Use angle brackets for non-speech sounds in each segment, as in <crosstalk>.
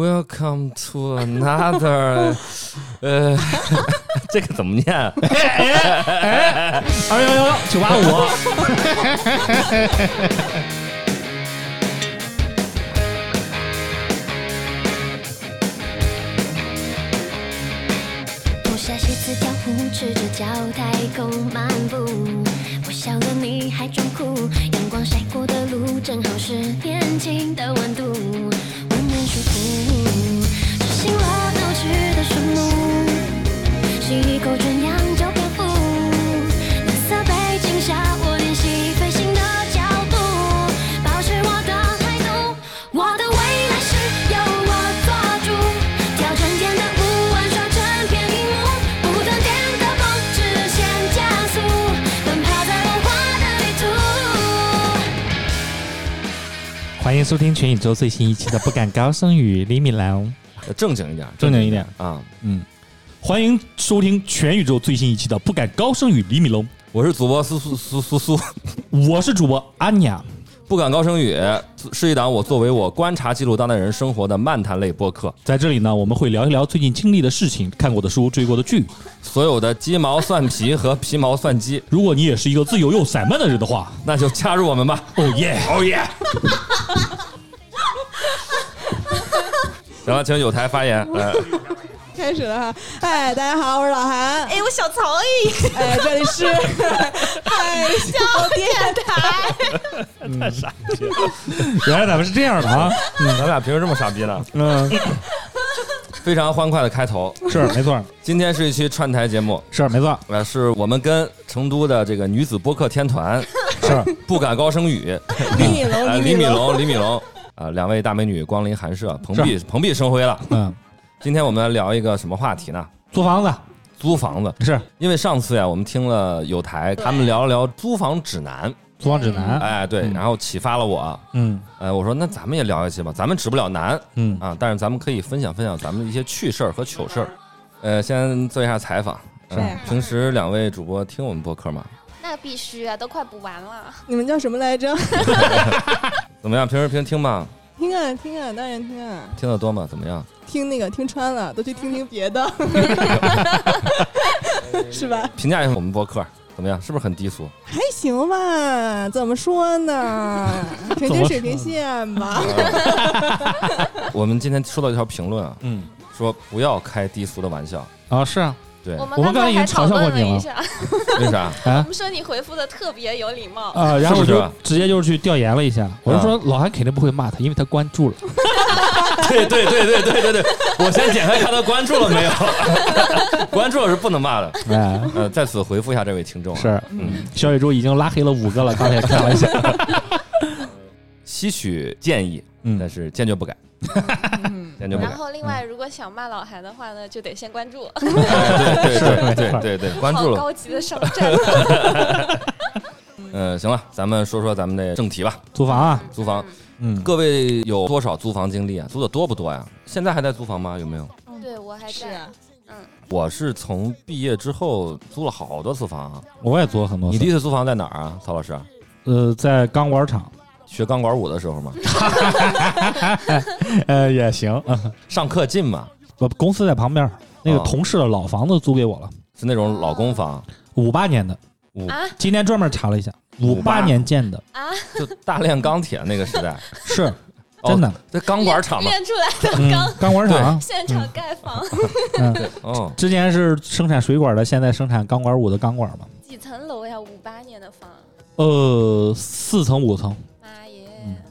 Welcome to <laughs> another，呃， <laughs> 这个怎么念？啊哎二幺幺幺九八五，脱下鞋子跳舞，赤着脚太空漫步。我笑了，你还装酷。阳光晒过的路，正好是年轻的温度，温暖舒服。执行了闹剧的数目，吸一口纯氧就漂浮。蓝色背景下，我练习飞行的角度，保持我的态度。我的未来是由我做主，挑战简单不玩耍成片荧幕，不断电的梦直线加速，奔跑在文化的旅途。欢迎收听全宇宙最新一期的《不敢高声语》，李米兰，正经一点，正经一点。啊！嗯，欢迎收听全宇宙最新一期的《不敢高声语》，李米龙，我是主播苏苏苏苏苏，我是主播安雅。不敢高声语，是一档我作为我观察记录当代人生活的漫谈类播客。在这里呢，我们会聊一聊最近经历的事情、看过的书、追过的剧。所有的鸡毛蒜皮和皮毛蒜鸡， <laughs> 如果你也是一个自由又散漫的人的话，那就加入我们吧！哦耶！哦耶！然后请有台发言。呃嗯开始了哈！哎，大家好，我是老韩。哎，我小曹一 <laughs> 哎，这里是海笑电台。原来咱们是这样的啊，呃咱俩平时这么傻逼呢？嗯， <laughs> 非常欢快的开头。是没错，今天是一期串台节目，是没错，呃，是我们跟成都的这个女子播客天团是不敢高声语，哦李米呃，龙，李米龙，龙，李米龙，呃，两位大美女光临寒舍，蓬荜蓬荜生辉了。 <laughs> 嗯，今天我们来聊一个什么话题呢？租房子租房子，是因为上次呀，我们听了有台他们聊了聊租房指南，租房指南，哎，对，嗯然后启发了我，嗯呃，我说那咱们也聊一期吧，咱们指不了难，嗯，啊，但是咱们可以分享分享咱们的一些趣事儿和糗事儿。呃，先做一下采访。嗯是呀平时两位主播听我们播客吗？那必须啊，都快补完了。你们叫什么来着？ <laughs> 怎么样？平时平时听吗？听啊听啊，当然听啊，听得多吗？怎么样？听那个听穿了，都去听 <laughs> 听别的，是吧？评价一下我们播客怎么样？是不是很低俗？还行吧，怎么说呢？ <laughs> 平均水平线吧。 <laughs> 我们今天收到一条评论啊，嗯说不要开低俗的玩笑。啊是啊，对，们我刚们刚才已还经嘲讨笑过论你了了一下， <laughs> 为啥？啊我们说你回复的特别有礼貌。啊，然后我是不是就直接就是去啊调研了一下，我就说老韩肯定不会骂他，因为他关注了。对对对对对对对，我先点开看他关注了没有？关注了是不能骂的。 <laughs> 哎，呃，在此回复一下这位听众、啊，是嗯，小宇宙已经拉黑了五 <laughs> 个了，刚才开玩笑。吸取建议，但嗯，是坚决不改，坚决不改然。后，另外，如果想骂老韩的话呢，就得先关注。对对对是对对对，关注 <laughs> 好了。高级的商战，嗯，行了，咱们说说咱们的正题吧。租房啊，租房，嗯，各位有多少租房经历啊？租的多不多呀？现在还在租房吗？有没有？对我还是在啊。我是从毕业之后租了好多次房啊。我也租了很多你第次。一次租房在哪儿啊，曹老师？呃，在钢管厂，学钢管舞的时候 <laughs> 吗？呃， <laughs> 也行。嗯上课近嘛，我公司在旁边，那个同事的老房子租给我了，是那种老公 <laughs> 房，五八年的，五啊今天专门查了一下，五58八年建的，啊，就大炼钢铁那个时 <laughs> 代，是哦真的。在钢管厂嘛。练出来的嗯钢，钢管厂，现场盖房， <laughs> 嗯，哦，之前是生产水管的，现在生产钢管舞的钢管嘛。几层楼呀？五八年的房，呃，四层五层，妈耶！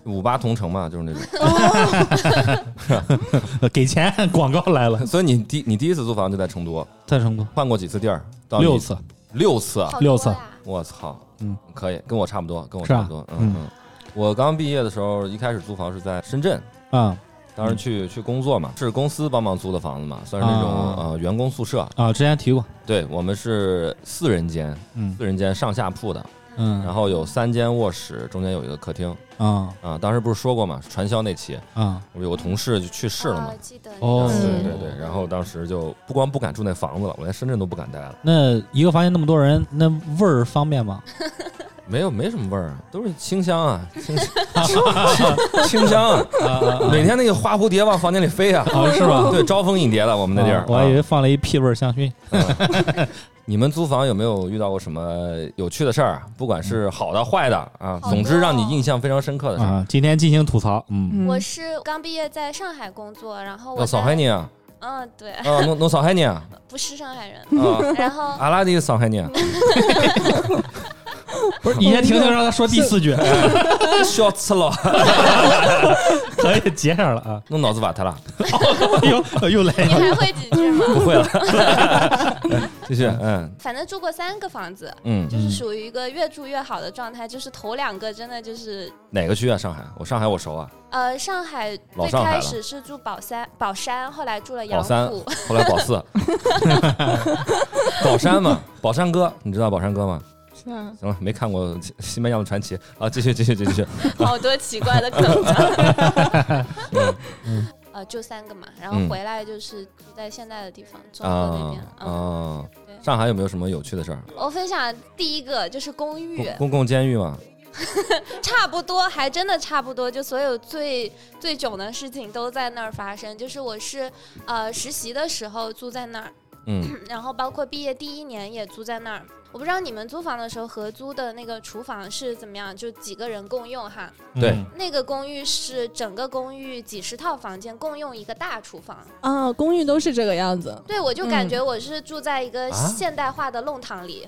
五八同城嘛，就是那 <laughs> 种。呃给钱广告来了，所以你第你第一次租房就在成都，在成都换过几次地儿？到你六次，六次啊，好六多层呀！我操，嗯，可以，跟我差不多，跟我是吧差不多，嗯嗯嗯。我刚毕业的时候，一开始租房是在深圳，啊当时去、去工作嘛，是公司帮忙租的房子嘛，算是那种、啊呃员工宿舍。啊，之前提过，对我们是四人间，嗯四人间上下铺的，嗯然后有三间卧室，中间有一个客厅啊啊。当时不是说过嘛，传销那期，啊我有个同事就去世了嘛啊，，记得哦对嗯对对，然后当时就不光不敢住那房子了，我连深圳都不敢待了。那一个房间那么多人，那味儿方便吗？没有没什么味儿啊，都是清香啊，清清清香 <laughs> 啊，每天那个花蝴蝶往房间里 <laughs> 飞啊，啊是吧对，招蜂引蝶的我们那地儿啊。我还以啊为放了一屁味儿香薰。你们租房有没有遇到过什么有趣的事儿？啊不管是好的坏的啊，好总之多让你印象非常深刻的事儿。啊，今天进行吐槽，嗯，嗯我是刚毕业在上海工作，然后我我上在海人啊，嗯，对，啊，我我上海人啊，不是上海人。啊，然后阿拉的上海人，啊不是，你先停停，让他说第 <laughs> 四句，笑死了， <laughs> 可以接上了 <laughs> 啊。弄脑子瓦特了，哎又又来你还会几句吗？不会了， <laughs> 继续，嗯反正住过三个房子，嗯，就是属于一个越住越好的状态。就是头两个真的就是，哪个区啊？上海，我上海我熟啊，呃，上海老最上海开了始是住宝山，宝山后来住了宝杨三浦，，后来宝四， <laughs> 宝山嘛，宝山哥，你知道宝山哥吗？是啊，行了，没看过《新白娘子传奇》啊，继续继续继续继续，好哦多奇怪的梗。啊 <laughs> 嗯呃，就三个嘛，然后嗯回来就是住在现在的地方，中国那啊边。嗯，啊对，上海有没有什么有趣的事儿？我分享第一个就是公寓公，公共监狱嘛，差不多，还真的差不多，就所有最最囧的事情都在那儿发生。就是我是呃实习的时候住在那儿，嗯，然后包括毕业第一年也租在那儿。我不知道你们租房的时候合租的那个厨房是怎么样，就几个人共用哈。嗯对那个公寓是整个公寓几十套房间共用一个大厨房。啊，公寓都是这个样子，对，我就感嗯觉我是住在一个啊现代化的弄堂里，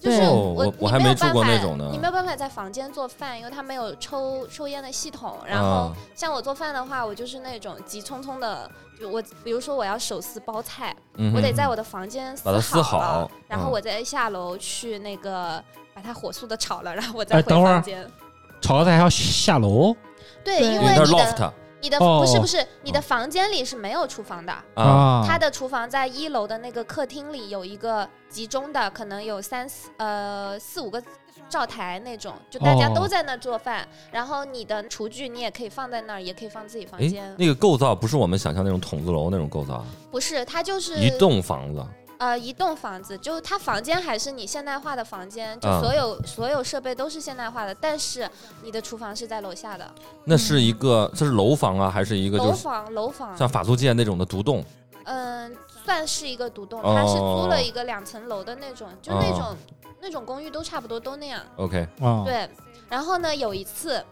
就是对哦我我我你还没有没住办过那法种呢你没有办法在房间做饭，因为它没有抽抽烟的系统。 <clears throat> 然后啊像我做饭的话，我就是那种急匆匆的，就我比如说我要手撕包菜，嗯哼我得在我的房间把它撕撕好了好然后嗯我再下楼去那个把它火速的炒了，然后我哎再回等会儿房间。炒菜还要下楼对，对因因为为那是你的 loft 你的哦不是不是你的房间里是没有厨房的，啊，它的厨房在一楼的那个客厅里有一个集中的，可能有三四呃四五个灶台那种，就大家哦都在那做饭。然后你的厨具你也可以放在那儿，也可以放自己房哎间，。那个构造不是我们想象那种筒子楼那种构造啊，不是，它就是一栋房子，呃一栋房子，就是它房间还是你现代化的房间，就啊所有、所有设备都是现代化的，但是你的厨房是在楼下的那是一个这是楼房啊，还是一个嗯楼就是房楼房，像法租界那种的独栋？嗯、算是一个独栋，哦它是租了一个两层楼的那种，就那哦种、那种公寓都差不多都那样。 OK，啊，对，然后呢，有一次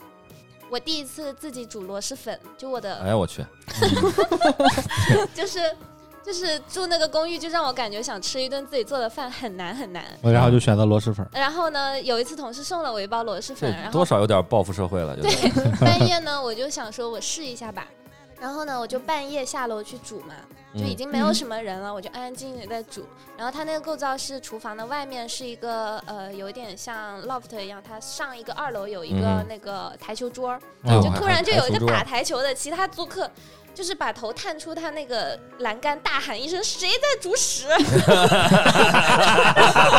我第一次自己煮螺蛳粉，就我的、哎呀我去， <laughs> 就是就是住那个公寓，就让我感觉想吃一顿自己做的饭很难很难。我然后就选择螺蛳粉，然后呢，有一次同事送了我一包螺蛳粉，这然多后少有点报复社会了，有点 <laughs> 半夜 <laughs> 呢，我就想说我试一下吧。然后呢，我就半夜下楼去煮嘛，就已嗯经没有嗯什么人了，我就安安静静的在煮。然后它那个构造是厨房的外面是一个呃，有点像 loft 一样，它上一个二楼有一个嗯那个台球桌儿，哎啊嗯就突然就有台一个球桌打台球的，其他租客就是把头探出他那个栏杆，大喊一声：“谁在煮屎？” <laughs> 然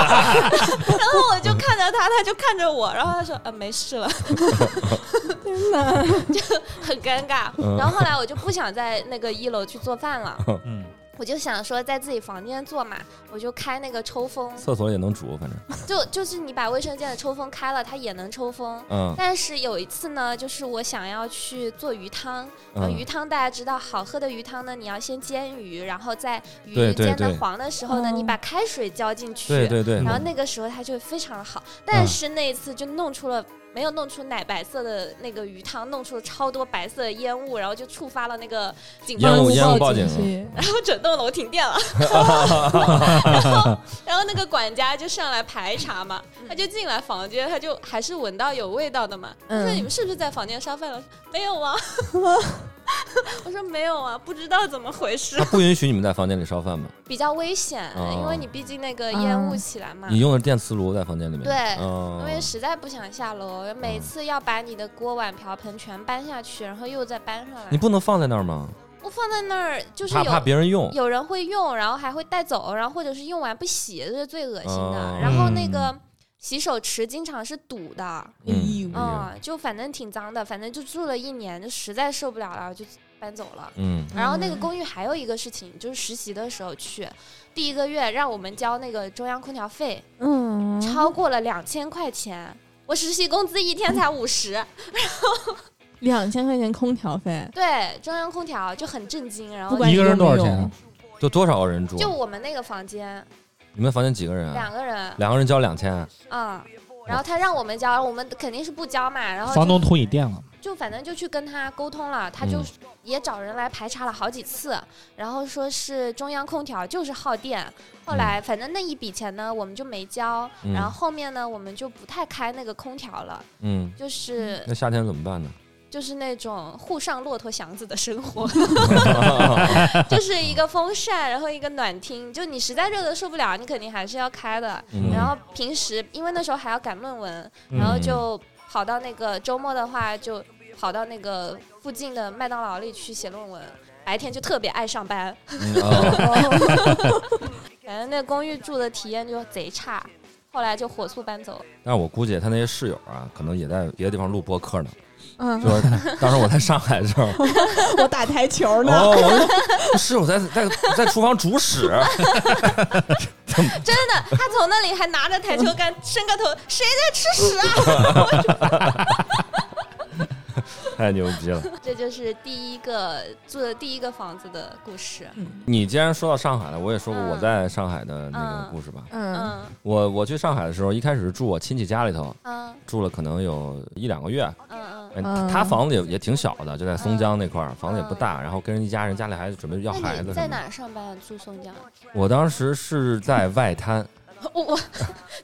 后我就看着他，他就看着我，然后他说：“呃，没事了。 <laughs> 天哪，”很尴尬嗯。然后后来我就不想在那个一楼去做饭了，嗯，我就想说在自己房间做嘛，我就开那个抽风，厕所也能煮， <laughs> 反正就就是你把卫生间的抽风开了，它也能抽风。嗯但是有一次呢，就是我想要去做鱼汤，然后鱼嗯汤大家知道，好喝的鱼汤呢，你要先煎鱼，然后在鱼对对煎的对黄的时候呢，哦你把开水浇进去，对嗯对对然后那个时候它就会非常好。但是那一次就弄出了。没有弄出奶白色的那个鱼汤，弄出了超多白色的烟雾，然后就触发了那个警报烟啊雾器烟雾报警器然后整栋楼停 <laughs> 电了，然后然后那个管家就上来排查嘛，他就进来房间，他就还是闻到有味道的嘛，他说嗯你们是不是在房间烧饭了？没有 <laughs> 啊，我说没有啊，不知道怎么回事他，不允许你们在房间里烧饭吗？比较危险，哦因为你毕竟那个烟雾起来嘛。你用的是电磁炉在房间里面？嗯对嗯因为实在不想下楼，每次要把你的锅碗瓢盆全搬下去，然后又再搬上来你。不能放在那儿吗？我放在那儿就是怕有怕别人用。有人会用，然后还会带走，然后或者是用完不洗，这是最恶心的。哦然后那个洗手池经常是堵的，嗯哎嗯，就反正挺脏的，反正就住了一年，就实在受不了了，就搬走了。嗯然后那个公寓还有一个事情，就是实习的时候去，第一个月让我们交那个中央空调费，嗯，超过了两千块钱。我实习工资一天才五十，两千块钱空调费，对，中央空调就很震惊。然不后管一个你人用多少不钱用啊？就多少个人住？就我们那个房间，你们房间几个嗯人啊？两个人，两个人交两千啊，嗯，然后他让我们交，我们肯定是不交嘛，然后房就东通你电了，就反正就去跟他沟通了，他就嗯也找人来排查了好几次，然后说是中央空调就是耗电。后来反正那一笔钱呢，我们就没交，嗯然后后面呢，我们就不太开那个空调了，嗯，就是那夏天怎么办呢？ <laughs> 就是那种沪上骆驼祥子的生活， <laughs> 就是一个风扇，然后一个暖厅，就你实在热的受不了，你肯定还是要开的。嗯然后平时因为那时候还要赶论文，然后就跑到那个周末的话，就跑到那个附近的麦当劳里去写论文。白天就特别爱 <laughs> 上班，嗯啊反正那公寓住的体验就贼差，后来就火速搬走。但是我估计他那些室友啊，可能也在别的地方录播客呢。<laughs> 嗯就，是当时我在上海的时候， <laughs> 我打台球呢，哦， <laughs> 我说室友在在在厨房煮屎，真的，他从那里还拿着台球杆伸 <laughs> 个头，谁在吃屎啊？太牛逼了！这就是第一个住的第一个房子的故事。你既然说到上海了，我也说过嗯我在上海的那个故事吧。嗯嗯我我去上海的时候，一开始是住我亲戚家里头，嗯住了可能有一两个月。嗯嗯。哎嗯他房子也也挺小的，就在松江那块儿，房子也不大。然后跟人一家人家里还准备要那孩你子在什么的。哪儿上班啊？住松江？我当时是在外滩，我我，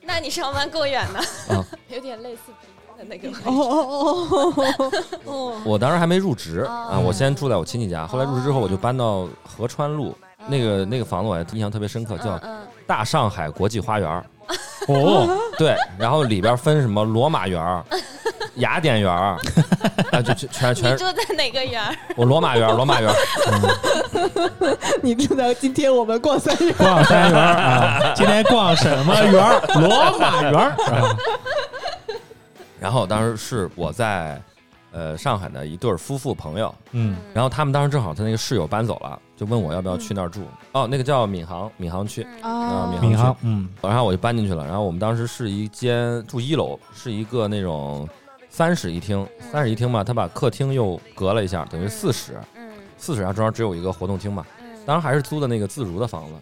那你上班够远的啊， <laughs> 有点类似皮肤的那个位置。哦哦 <laughs> 哦哦哦，我当时还没入职哦啊，我先住在我亲戚家。后来入职之后，我就搬到河川路嗯那个那个房子，我还印象特别深刻，叫嗯大上海国际花园儿。哦，对，然后里边分什么罗马园儿、雅典园儿，啊，就就全嗯，你全住在哪个园儿？我罗马园儿，罗马园儿。你知道今天我们逛三元，逛三元儿啊， <laughs> 今天逛什么园儿？ <laughs> 罗马园儿啊，然后当时是我在呃上海的一对儿夫妇朋友， <laughs> 嗯，然后他们当时正好他那个室友搬走了，就问我要不要去那儿住。哦，那个叫闵行，闵行区。嗯啊啊明白闵行，嗯，然后我就搬进去了。然后我们当时是一间住一楼，是一个那种三室一厅，三室一厅嘛，他把客厅又隔了一下，等于四室，嗯四室然后中间只有一个活动厅嘛。嗯当然还是租的那个自如的房子。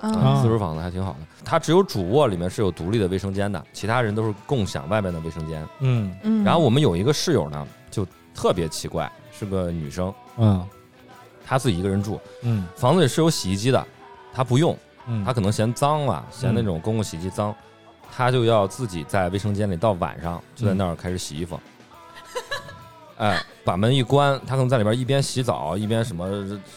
啊啊，自如房子还挺好的。它只有主卧里面是有独立的卫生间的，其他人都是共享外面的卫生间。嗯嗯，然后我们有一个室友呢，就特别奇怪，是个女生，嗯她自己一个人住，嗯房子里是有洗衣机的，她不用，嗯，她可能嫌脏了，嫌那种公共洗衣机脏，她就要自己在卫生间里到晚上就在那儿开始洗衣服。哎，把门一关，她可能在里边一边洗澡一边什么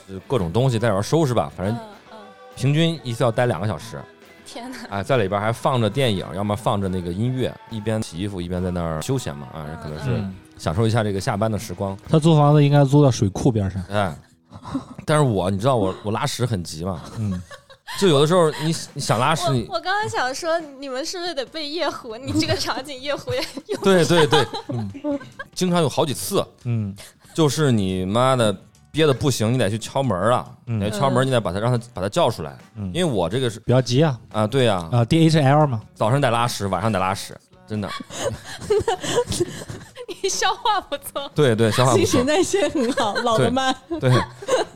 呃各种东西在里边收拾吧，反正嗯嗯，平均一次要待两个小时。天哪！啊，在里边还放着电影，要么放着那个音乐，一边洗衣服一边在那儿休闲嘛，啊，可能是嗯，享受一下这个下班的时光，他租房子应该租到水库边上，哎。但是我，你知道我我拉屎很急嘛，嗯，就有的时候你你想拉屎，你我我刚刚想说，你们是不是得背夜壶？ <laughs> 你这个场景夜壶也有。 <laughs> 对对对，经常有好几次，嗯就是你妈的憋的不行，你得去敲门啊，嗯你得敲门，你得把他让他把他叫出来，嗯因为我这个是比较急啊啊，对呀、啊，啊，DHL 嘛，早上得拉屎，晚上得拉屎，真的，你消化不错。 <laughs> 对对，消化不新错陈，代谢很好，老得慢，对，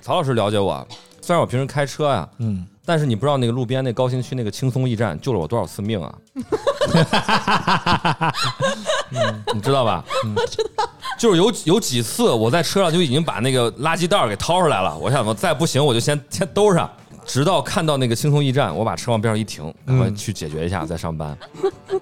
曹老师了解我，虽然我平时开车呀、嗯，但是你不知道那个路边那高新区那个轻松驿站救了我多少次命啊！你知道吧？嗯就是有有几次我在车上就已经把那个垃圾袋儿给掏出来了，我想我再不行我就先先兜上，直到看到那个轻松驿站，我把车往边上一停，赶快去解决一下再上班。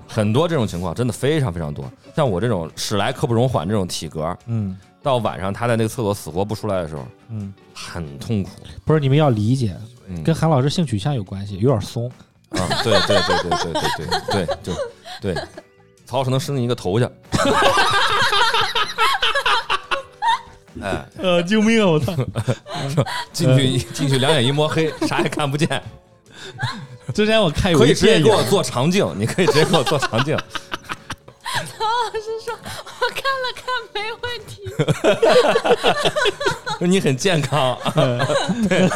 很多这种情况真的非常非常多，像我这种史莱克不容缓这种体格，嗯到晚上他在那个厕所死活不出来的时候，嗯，很痛苦。不是你们要理解，嗯跟韩老师性取向有关系，有点松，啊，对对对对对对对对就对，曹老师能伸进一个头去。哎，呃，救命啊！我操，进嗯去一进去，两眼一摸黑，啥也看不见。 <laughs> 之前我看有可以一直接电给影，我做长镜，你可以直接给我做长镜。曹老师哦说，我看了看没问题。你很健康，对，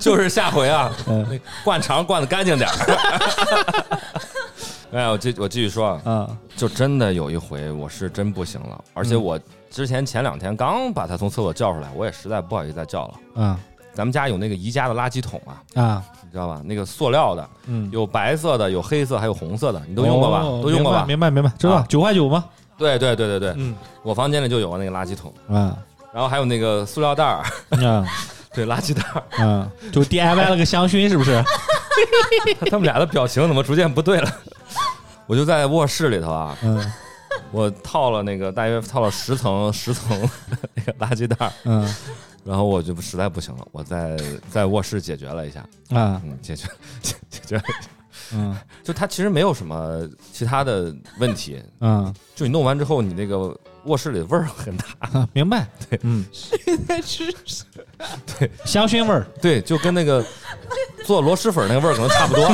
就是下回啊，嗯灌肠灌的干净点儿。 <laughs> 哎，我继我继续说啊，啊，就真的有一回我是真不行了，而且嗯我之前前两天刚把他从厕所叫出来，我也实在不好意思再叫了。嗯咱们家有那个宜家的垃圾桶啊，啊，你知道吧？那个塑料的，嗯，有白色的，有黑色，还有红色的，你都用过吧？哦都用过吧？明白明白，明白知道啊九块九吗？对对对对对，嗯我房间里就有那个垃圾桶，啊然后还有那个塑料袋儿，啊对，垃圾袋 <laughs> 儿。啊，就 DIY 了个香薰是 <laughs> 不是？他们俩的表情怎么逐渐不对了？我就在卧室里头啊，嗯我套了那个大约套了十层十层那个垃圾袋儿，嗯然后我就实在不行了，我在在卧室解决了一下，啊嗯，解决解解决了一下，嗯就它其实没有什么其他的问题，嗯，就你弄完之后，你那个卧室里味儿很大，啊明白，对， <laughs> 嗯，在吃香薰味儿，对，就跟那 <laughs> 个做螺蛳粉那个味儿可能差不 <laughs> 多。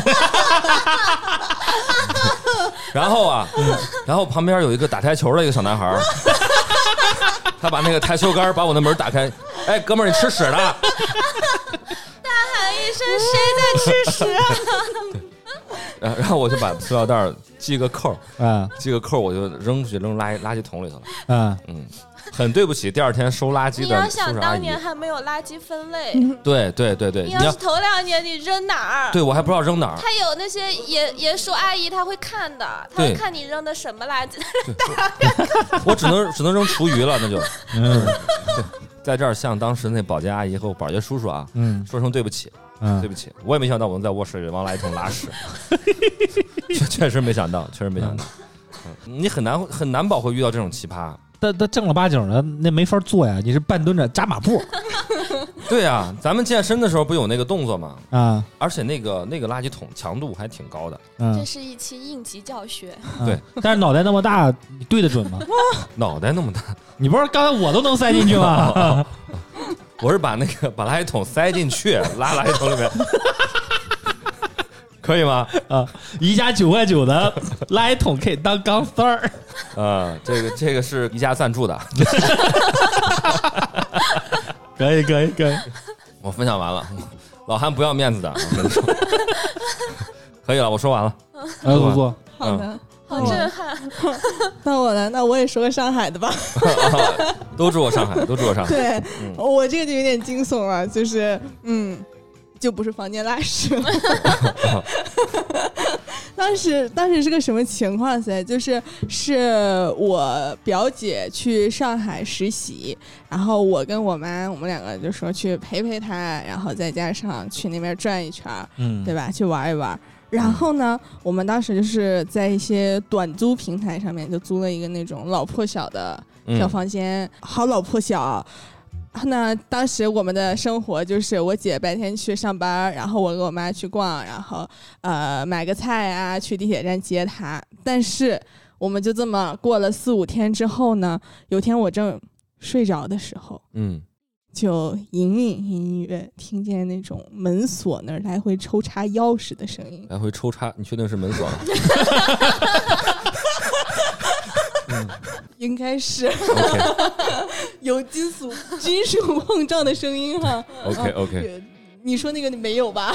然后啊，然后旁边有一个打台球的一个小男孩 <laughs> 儿，他把那个台球杆儿把我的门打开，哎，哥们儿，你吃屎了！喊一声谁 <laughs> 在吃屎啊？然后然后我就把塑料袋儿系个扣儿，啊系个扣儿我就扔出去，扔垃垃圾桶里头了。啊嗯，很对不起，第二天收垃圾你的要叔叔想阿当姨年。还没有垃圾分 <laughs> 类，对对对对，你你要要是头两年你扔哪儿？对我还不知道扔哪儿，他有那些爷爷叔阿姨，他会看的，他对会看你扔的什么 <laughs> 垃圾。我只能只能扔厨余了，那就。嗯在这儿向当时那保洁阿姨和保洁叔叔啊，嗯说声对不起，对嗯不起，我也没想到我能在卧室里往垃圾桶拉屎， <laughs> 确确实没想到，确实没想到。嗯你很难很难保会遇到这种奇葩，但但正儿八经的那没法做呀，你是半蹲着扎马步对啊，咱们健身的时候不有那个动作吗？啊，而且那个那个垃圾桶强度还挺高的，嗯这，是一期应急教学，对，但是脑袋那么大，你对得准吗？ <laughs> 脑袋那么大，你不是刚才我都能塞进去 <laughs> 吗？我是把那个把垃圾桶塞进去，拉垃圾桶里面，可以吗？宜家九块九的垃圾桶可以当钢丝儿，啊、这个这个是宜家赞助的，可以可以可以，我分享完了，老韩不要面子的，我跟你说，可以了，我说完了。 <laughs> 哎不不，好的，好嗯震撼！那我来，那我也说个上海的吧。都住我上海，都住我上海。对嗯，我这个就有点惊悚了，就是嗯，就不是房间拉屎了。 <laughs> 当时当时是个什么情况噻？就是是我表姐去上海实习，然后我跟我妈，我们两个就说去陪陪她，然后再加上去那边转一圈儿，嗯对吧？去玩一玩。然后呢，我们当时就是在一些短租平台上面就租了一个那种老破小的小嗯，房间，好老破小。啊那当时我们的生活就是我姐白天去上班，然后我跟我妈去逛，然后呃买个菜啊，去地铁站接她。但是我们就这么过了四五天之后呢，有天我正睡着的时候，嗯，就隐隐隐约听见那种门锁那儿来回抽插钥匙的声音。来回抽插，你确定是门锁吗？应 <laughs> 该是 OK 有金属金属碰撞的声音哈、啊 OK OK，对你说那个没有 <laughs> 吧？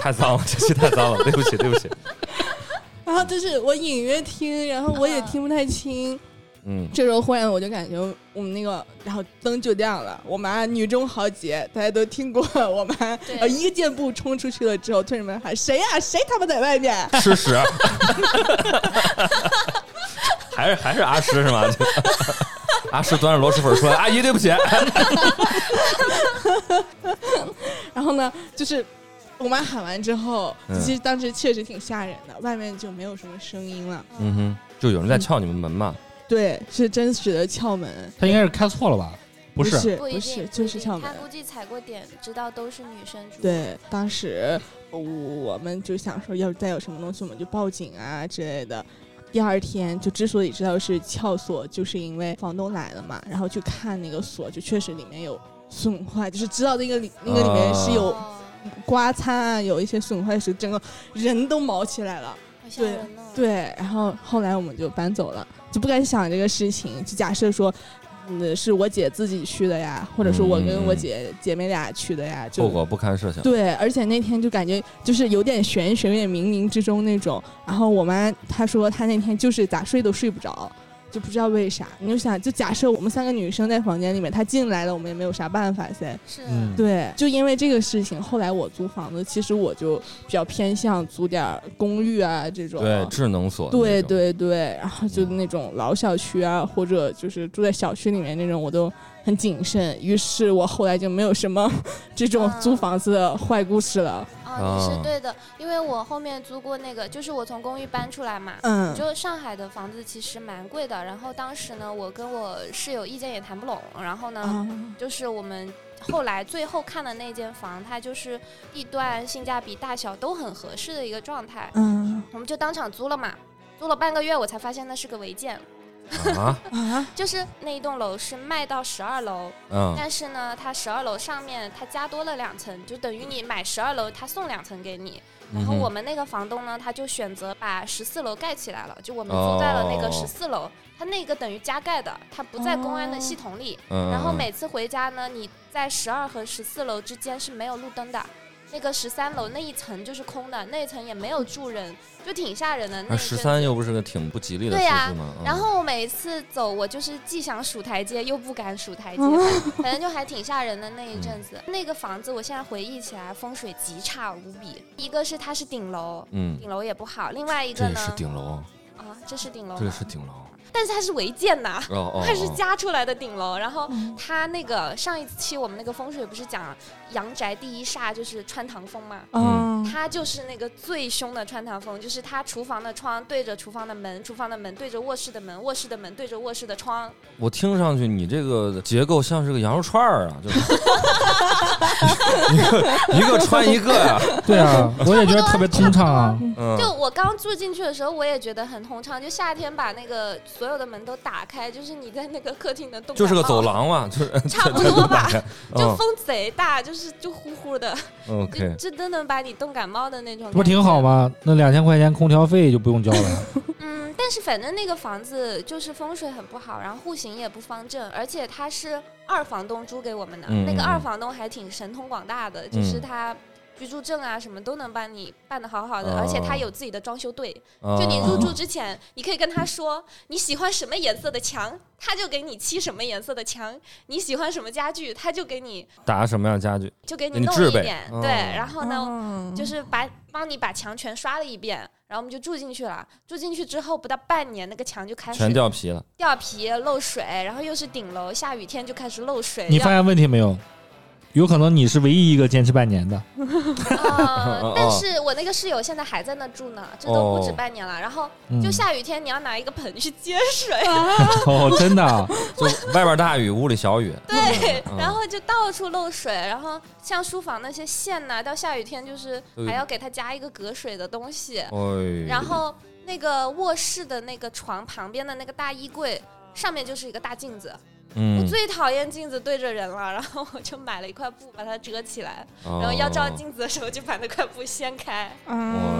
太脏了，这期太脏了，对不起对不起。然后就是我隐约听，然后我也听不太清。嗯，这时候忽然我就感觉我们那个，然后灯就亮了。我妈女中豪杰，大家都听过。我妈对呃一个箭步冲出去了之后，推着门喊：“谁呀、谁他妈在外面吃屎， <laughs> 还是还是阿诗是吗？就阿诗端着螺蛳粉出来，阿姨对不起。？”然后呢，就是我妈喊完之后，嗯其实当时确实挺吓人的，外面就没有什么声音了。嗯哼，就有人在撬你们门嘛？对，是真实的撬门，他应该是开错了吧？不是，是 <laughs> 不一不定，是，不就一是定撬门他。估计踩过点，知道都是女生住。，对，当时我我们就想说，要是再有什么东西，我们就报警啊之类的。第二天就之所以知道是撬锁，就是因为房东来了嘛，然后去看那个锁，就确实里面有损坏，就是知道那个里那个里面是有啊哦，刮擦啊，有一些损坏，是整个人都毛起来了。好吓人哦。对，然后后来我们就搬走了，就不敢想这个事情，就假设说嗯，是我姐自己去的呀，或者说我跟我姐姐妹俩去的呀，嗯就后果不堪设想。对，而且那天就感觉就是有点玄学，有点冥冥之中那种。然后我妈她说她那天就是咋睡都睡不着，就不知道为啥。你就想，就假设我们三个女生在房间里面，她进来了，我们也没有啥办法噻。是嗯，对，就因为这个事情，后来我租房子，其实我就比较偏向租点儿公寓啊这种。对，智能锁。对，对对，然后就那种老小区啊，或者就是住在小区里面那种，我都很谨慎。于是我后来就没有什么这种租房子的坏故事了。啊，你啊是对的，因为我后面租过那个，就是我从公寓搬出来嘛，嗯，就上海的房子其实蛮贵的，然后当时呢，我跟我室友意见也谈不拢，然后呢，啊，就是我们后来最后看的那间房，它就是地段、性价比、大小都很合适的一个状态，嗯我们就当场租了嘛。租了半个月，我才发现那是个违建，啊，啊，就是那一栋楼是卖到十二楼，嗯，但是呢，它十二楼上面它加多了两层，就等于你买十二楼，它送两层给你。嗯然后我们那个房东呢，他就选择把十四楼盖起来了，就我们租在了那个哦十四楼，他那个等于加盖的，它不在公安的系统里。嗯，然后每次回家呢，你在十二和十四楼之间是没有路灯的。那个十三楼那一层就是空的，那一层也没有住人，就挺吓人的。那一啊十阵子三又不是个挺不吉利的对数呀字吗？嗯然后我每次走，我就是既想数台阶，又不敢数台阶，反正就还挺吓人的那嗯一阵子。那个房子，我现在回忆起来，风水极差无比。一个是它是顶楼，嗯，顶楼也不好；另外一这个也是呢，顶楼啊，啊，这是顶楼这也吗，是顶楼。但是它是违建呐。哦哦， <laughs> 它是哦加出来的顶楼，然后嗯它那个上一期我们那个风水不是讲阳宅第一煞就是穿堂风嘛，嗯，它就是那个最凶的穿堂风，就是它厨房的窗对着厨房的门，厨房的门对着卧室的门，卧室的门对着卧室的窗。我听上去你这个结构像是个羊肉串儿啊，就是 <laughs> 一个一个穿一个呀、对啊，我也觉得特别通畅啊。嗯，就我刚住进去的时候，我也觉得很通畅，就夏天把那个所有的门都打开，就是你在那个客厅的动就是个感冒走，廊嘛，就是差 <laughs> 不多吧。就嗯风贼大，就是就呼呼的，就，OK，就真能把你冻感冒的那种。这不挺好？吗？那两千块钱空调费就不用交了。嗯，但是反正那个房子就是风水很不好，然后户型也不方正，而且它是二房东租给我们的，嗯那嗯个嗯二房东还挺神通广大的，就是嗯他。居住证啊，什么都能帮你办的好好的，哦而且他有自己的装修队。就就你入嗯住之前，你可以跟他说你喜欢什么颜色的墙，他就给你漆什么颜色的墙；你喜欢什么家具，他就给你打什么样的家具？就给给你你弄制一备点。哦对，然后呢，呢嗯就是把帮你把墙全刷了一遍，然后我们就住进去了。住进去之后不到半年，那个墙就开始全掉皮了，掉皮漏水，然后又是顶楼，下雨天就开始漏水。你发现问题没有？有可能你是唯一一个坚持半年的。然后哦 <laughs> 呃但是我那个室友现在还在那住呢，这都不止哦半年了。然后嗯就 <laughs> 下雨天，你要拿一个盆去接水， <laughs> 哦，真的啊，就外边大雨，屋里小雨。 <laughs> 对嗯， <laughs> 然后就到处漏水。然后像书房那些线呐、到下雨天就是对还要给它加一个隔水的东西。哎，然后那个卧室的那个床旁边的那个大衣柜上面就是一个大镜子，我嗯，最讨厌镜子对着人了，然后我就买了一块布把它遮起来，然然后要哦照。镜子的时候就把那块布掀开。啊我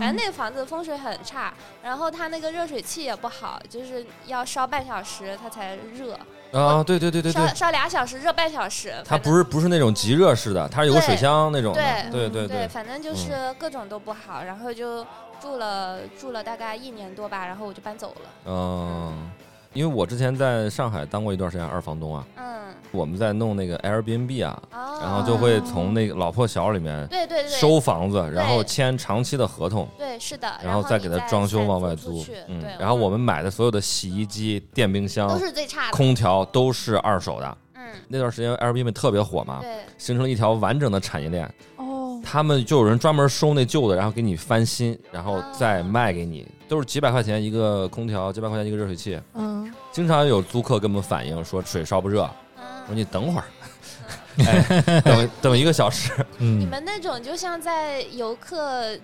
反正那个房子风水很差，然后它那个热水器也不好，就是要烧半小时它才热，啊，对对对对烧对，烧俩小时热半小时。它反正不是不是那种极热式的，它是有个对水箱那种的。对对对嗯对，，反正就是各种都不好，然后就住了住了大概一年多吧，然后我就搬走了。嗯，因为我之前在上海当过一段时间二房东啊，嗯，我们在弄那个 Airbnb 啊，哦，然后就会从那个老破小里面对对对，收房子，然后签长期的合同，对是的，然后再给它装修往外租租出去。嗯对，，然后我们买的所有的洗衣机、电冰都箱、是最差的，空调都是二手的。嗯，那段时间 Airbnb 特别火嘛，对，形成了一条完整的产业链。哦，他们就有人专门收那旧的，然后给你翻新，然后哦再卖给你，都是几百块钱一个空调，几百块钱一个热水器。嗯，经常有租客跟我们反映说水烧不热，我说嗯，你等会儿， <laughs> 哎，等等一个小时，你嗯，们那种就像在游客。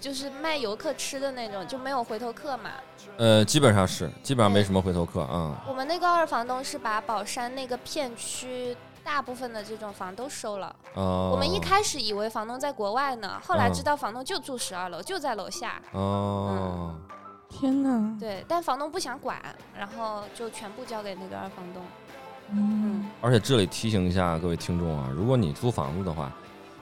就是卖游客吃的那种，就没有回头客嘛。呃，基本上是，基本上没什么回头客啊、我们那个二房东是把宝山那个片区大部分的这种房都收了。嗯，哦我们一，开始以为房东在国外呢，后来嗯知道房东就住十二楼，就在楼下。哦，嗯天哪，对，但房东不想管，然后就全部交给那个二房东。嗯，而且这里提醒一下各位听众啊，如果你租房子的话，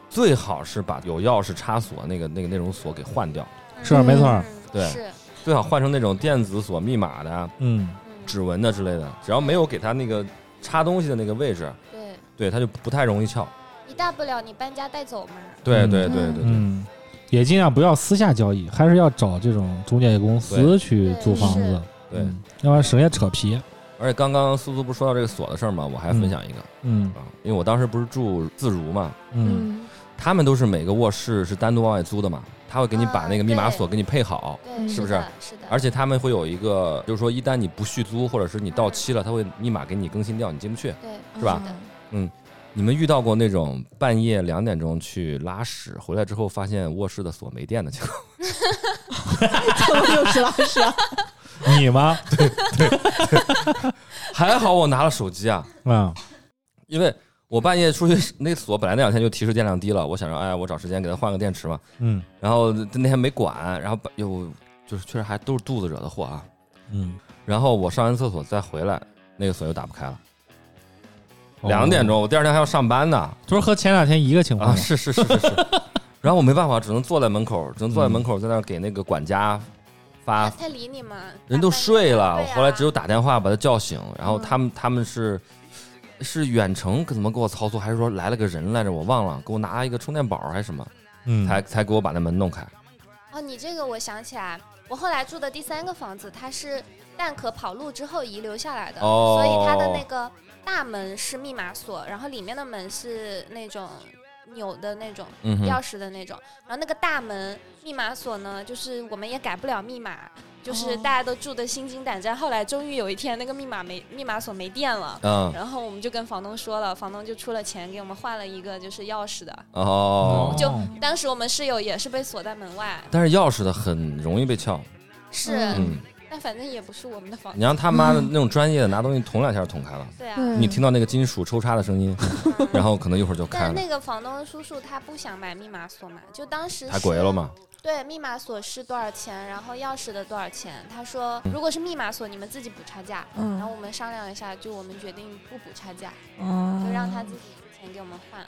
最好是把有钥匙插锁那个那个那种锁给换掉，是啊没错儿嗯对是，最好换成那种电子锁、密码的、啊嗯，嗯，指纹的之类的。只要没有给它那个插东西的那个位置，对，对它就不太容易撬。你大不了你搬家带走嘛，对嗯对对对对，嗯，也尽量不要私下交易，还是要找这种中介公司对去租房对子是，对嗯，要不然省也扯皮。而且刚刚苏苏不是说到这个锁的事儿吗？我还分享一个嗯啊，因为我当时不是住自如嘛，嗯他们都是每个卧室是单独往外租的嘛，他会给你把啊那个密码对锁给你配好，对，是不是的？是的，而且他们会有一个，就是说一旦你不续租或者是你到期了，他会密码给你更新掉，你进不去。对，是吧的？ <laughs> 你们遇到过那种半夜两点钟去拉屎，回来之后发现卧室的锁没电的情况？又是老师，嗯你 <laughs> 吗？还好我拿了手机啊，啊，因为我半夜出去那锁本来那两天就提示电量低了，我想着哎，我找时间给它换个电池嘛，嗯然后那天没管，然后把又就是确实还都是肚子惹的祸啊。嗯，然后我上完厕所再回来，那个锁又打不开了。两点钟，我第二天还要上班呢。哦这不是和前两天一个情况啊，吗？是是是是是。然后我没办法，只能坐在门口，只能坐在门口，在那儿给那个管家发他，哎他理你吗？啊人都睡了。对嗯我啊后来只有打电话把他叫醒，然后他们他们是是远程怎么给我操作，还是说来了个人来着？我忘了，给我拿一个充电宝还是什么，嗯，才才给我把那门弄开。哦，你这个我想起来，我后来住的第三个房子，它是蛋壳跑路之后遗留下来的，哦所以它的那个大门是密码锁，然后里面的门是那种扭的那种嗯钥哼，匙的那种，然后那个大门密码锁呢，就是我们也改不了密码，就是哦大家都住的心惊胆战。后来终于有一天，那个密码没密码锁没电了。 <laughs> 嗯，然后我们就跟房东说了，房东就出了钱给我们换了一个就是钥匙的。哦，就当时我们室友也是被锁在门外，但是钥匙的很容易被撬。 <laughs> 是，嗯，但反正也不是我们的房你让他妈的那种专业的拿东西捅两下就捅开了，对啊，对你听到那个金属抽插的声 <laughs> 音，嗯然后可能一会儿就开但了，那个房东叔叔他不想买密码锁嘛，就当时太是鬼了嘛。对，密码锁是多少钱，然后钥匙的多少钱？他说嗯如果是密码锁，你们自己补差价。然后嗯，我们商量一下，就我们决定不补差价，就嗯就让他自己付钱给我们换。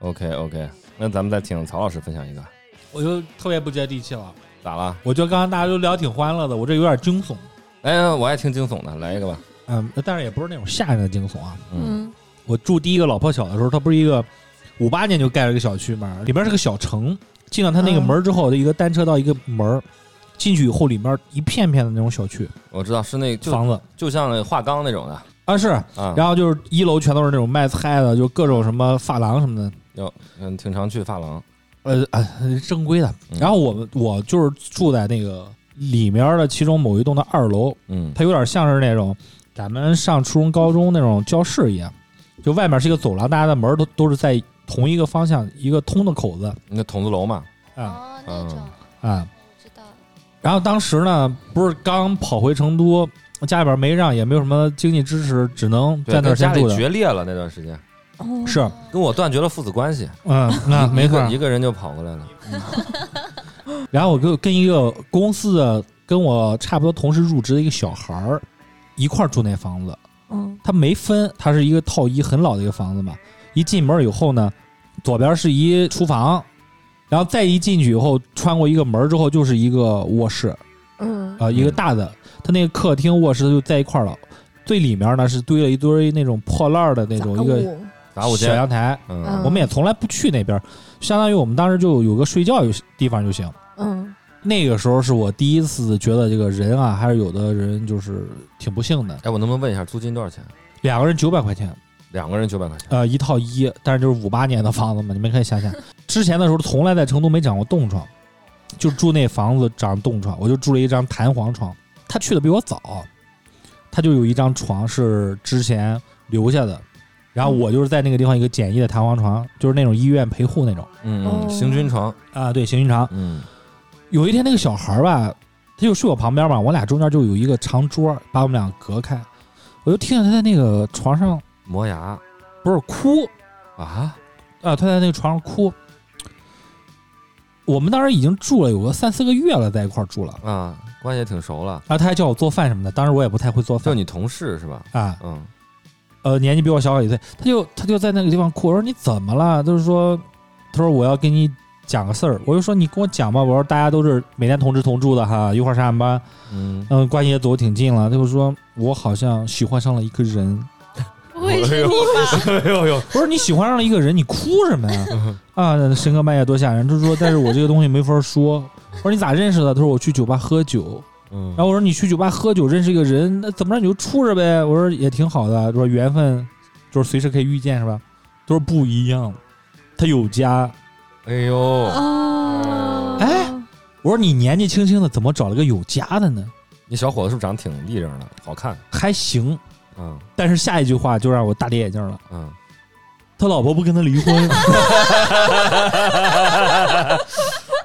OK OK，那咱们再请曹老师分享一个，我就特别不接地气了。咋了？我觉得刚刚大家都聊挺欢乐的，我这有点惊悚，哎，我爱听惊悚的，来一个吧。嗯，但是也不是那种吓人的惊悚啊。嗯嗯我住第一个老破小的时候，它不是一个五八年就盖了一个小区嘛，里边是个小城。进了它那个门之后，一个单车道一个门儿，进去以后里面一片片的那种小区我知道是那就房子就像那画缸那种的啊是，啊，然后就是一楼全都是那种卖菜的，就各种什么发廊什么的，嗯，挺常去发廊。呃呃正规的。嗯然后我们我就是住在那个里面的其中某一栋的二楼，嗯它有点像是那种咱们上初中、高中那种教室一样，就外面是一个走廊，大家的门儿都都是在同一个方向一个通的口子那筒子楼嘛，啊哦，那种、嗯啊。我知道了。然后当时呢，不是刚跑回成都，家里边没让，也没有什么经济支持，只能对，在那跟儿家里先住着。决裂了那段时间，哦是，啊跟我断绝了父子关系， <laughs> 嗯，那没一错个儿一。个人就跑过来了。然后我就跟一个公司的跟我差不多同时入职的一个小孩儿一块儿住那房子，嗯它没分，它是一个套一很老的一个房子嘛。一进门以后呢，左边是一厨房，然后再一进去以后，穿过一个门儿之后就是一个卧室啊、嗯呃一个大的。它那个客厅、卧室就在一块儿了。最里面呢是堆了一堆那种破烂儿的那种一个个打我小间，阳台，嗯我们也从来不去那边儿，相当于我们当时就有个睡觉有地方就行。嗯那个时候是我第一次觉得这个人啊，还是有的人就是挺不幸的。哎，我能不能问一下租金多少钱？两个人九百块钱，两个人九百块钱。呃，一套一，但是就是五八年的房子嘛，你们可以想想，之前的时候从来在成都没长过冻疮，就住那房子长冻疮，我就住了一张弹簧床。他去的比我早，他就有一张床是之前留下的，然后我就是在那个地方一个简易的弹簧床，就是那种医院陪护那种嗯，哦嗯，行军床。啊，对，行军床。嗯有一天那个小孩儿吧，他就睡我旁边嘛，我俩中间就有一个长桌，把我们俩隔开，我就听见他在那个床上磨牙不是哭，啊，啊，他在那个床上哭。我们当时已经住了有个三四个月了，在一块儿住了，啊，关系也挺熟了，然后他还叫我做饭什么的，当时我也不太会做就饭你同事是吧？啊。嗯呃，年纪比我小好几岁，他就他就在那个地方哭。我说你怎么了？他就说，他说我要跟你讲个事儿。我就说你跟我讲吧。我说大家都是每天同吃同住的哈，一块儿上下班，嗯，嗯，关系也走挺近了。他就说我好像喜欢上了一个人。不会是你吧？哎呦呦，我说你喜欢上了一个人，你哭什么呀？啊，深更半夜多吓人。他说，但是我这个东西没法说。我说你咋认识的？他说我去酒吧喝酒。嗯然，后我说你去酒吧喝酒认识一个人，那怎么着你就处着呗？我说也挺好的，说缘分就是随时可以遇见是吧？他说不一样，他有家。哎呦，啊，哎，我说你年纪轻轻的怎么找了个有家的呢？你小伙子是不是长得挺立正的，好看？还行，嗯但是下一句话就让我大跌眼镜了。嗯，他老婆不跟他离婚，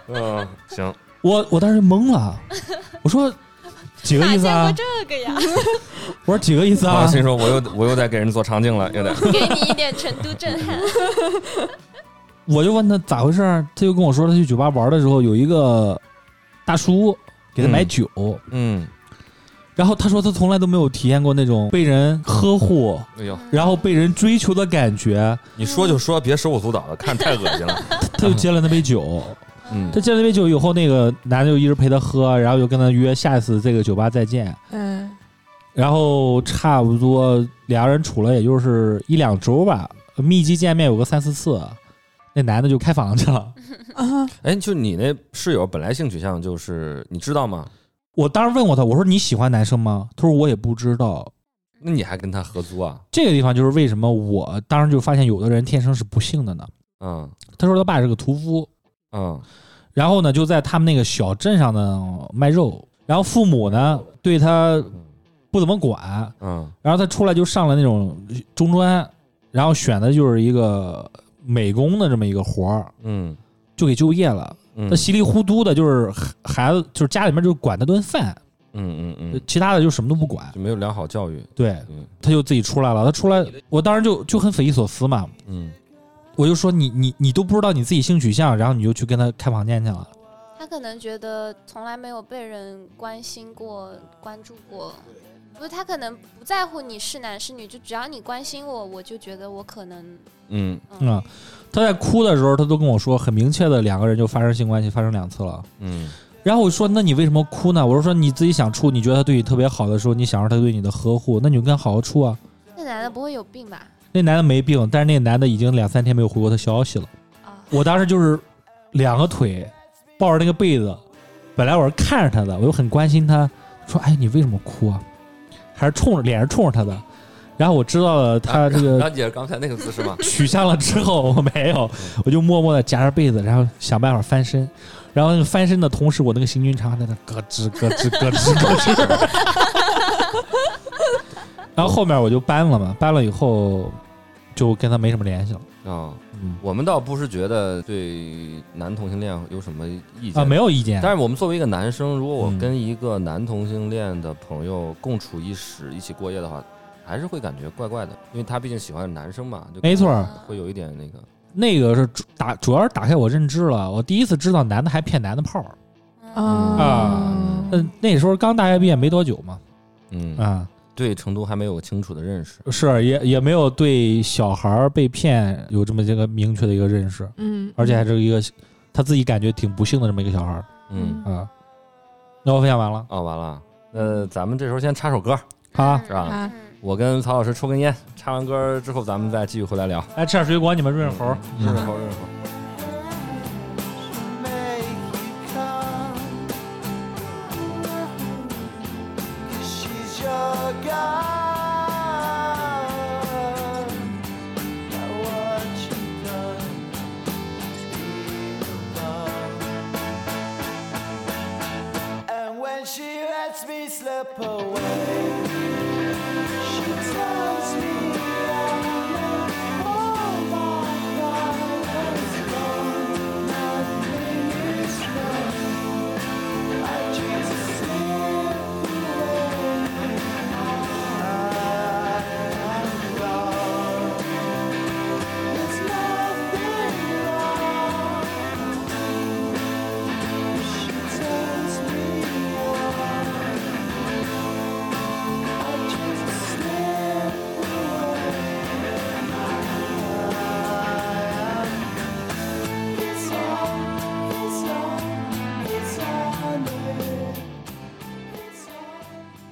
嗯，行，我我当时懵了，我说几个哪意见思过 <laughs> 啊？这个呀？我说几个意思我啊？心说我又我又在给人做肠镜了，有点，给你一点成都震撼。我就问他咋回事儿，他就跟我说他去酒吧玩的时候有一个大叔给他买嗯酒。嗯，然后他说他从来都没有体验过那种被人呵护，哎呦，然后被人追求的感觉，你说就说，别手舞足蹈的，看着太恶心 <laughs> 了。他就接了那杯酒。嗯他接了那杯酒以后，那个男的就一直陪他喝，然后就跟他约下次这个酒吧再见。嗯，然后差不多俩人处了也就是一两周吧，密集见面有个三四次，那男的就开房去了。啊，哎，就你那室友本来性取向就是，你知道吗？我当时问过他，我说你喜欢男生吗？他说我也不知道。那你还跟他合租啊？这个地方就是为什么我当时就发现有的人天生是不幸的呢？嗯他说他爸是个屠夫，嗯然后呢，就在他们那个小镇上呢卖肉，然后父母呢对他不怎么管，嗯然后他出来就上了那种中专，然后选的就是一个美工的这么一个活儿，嗯就给就业了。嗯他稀里糊涂的，就是孩孩子就是家里面就管他顿饭，嗯嗯嗯，其他的就什么都不管。就没有良好教育。对嗯，他就自己出来了。他出来，我当时就就很匪夷所思嘛，嗯，我就说你你你都不知道你自己性取向，然后你就去跟他开房间去了。他可能觉得从来没有被人关心过、关注过，不是他可能不在乎你是男是女，就只要你关心我，我就觉得我可能嗯嗯嗯，他在哭的时候，他都跟我说，很明确的两个人就发生性关系，发生两次了。嗯然后我说，那你为什么哭呢？我说说你自己想处，你觉得他对你特别好的时候，你想让他对你的呵护，那你就跟他好好处啊。那男的不会有病吧？那男的没病，但是那男的已经两三天没有回过他消息了。啊、我当时就是两个腿抱着那个被子，本来我是看着他的，我又很关心他，说哎你为什么哭啊？还是冲着脸是冲着他的。然后我知道了他这个然后你是刚才那个姿势吗？取向了之后，我没有，我就默默的夹着被子，然后想办法翻身。然后那个翻身的同时，我那个行军长在那咯吱咯吱咯吱咯吱。然后后面我就搬了嘛，搬了以后就跟他没什么联系了。啊，嗯我们倒不是觉得对男同性恋有什么意见啊，没。有意见。但是我们作为一个男生，如果我嗯跟一个男同性恋的朋友共处一室，一起过夜的话，还是会感觉怪怪的，因为他毕竟喜欢男生嘛，就没错儿，会有一点那个。那个是主打主要是打开我认知了。我第一次知道男的还骗男的炮儿。嗯啊嗯，嗯，那时候刚大学毕业没多久嘛，嗯，啊、对成都还没有清楚的认识。是也也没有对小孩儿被骗有这么这个明确的一个认识。嗯，而且还是一个他自己感觉挺不幸的这么一个小孩儿嗯，啊。那我分享完了，哦，完了，那咱们这时候先插首歌，啊是吧？啊，嗯，我跟曹老师抽根烟，插完歌之后，咱们再继续回来聊。嗯来吃点水果，你们润润喉。润润喉，润润喉。 She's your girl. Now what you done is And when she lets me slip away, she tells me I'm not all that I was born. Nothing is wrong. I just slip away. Thank you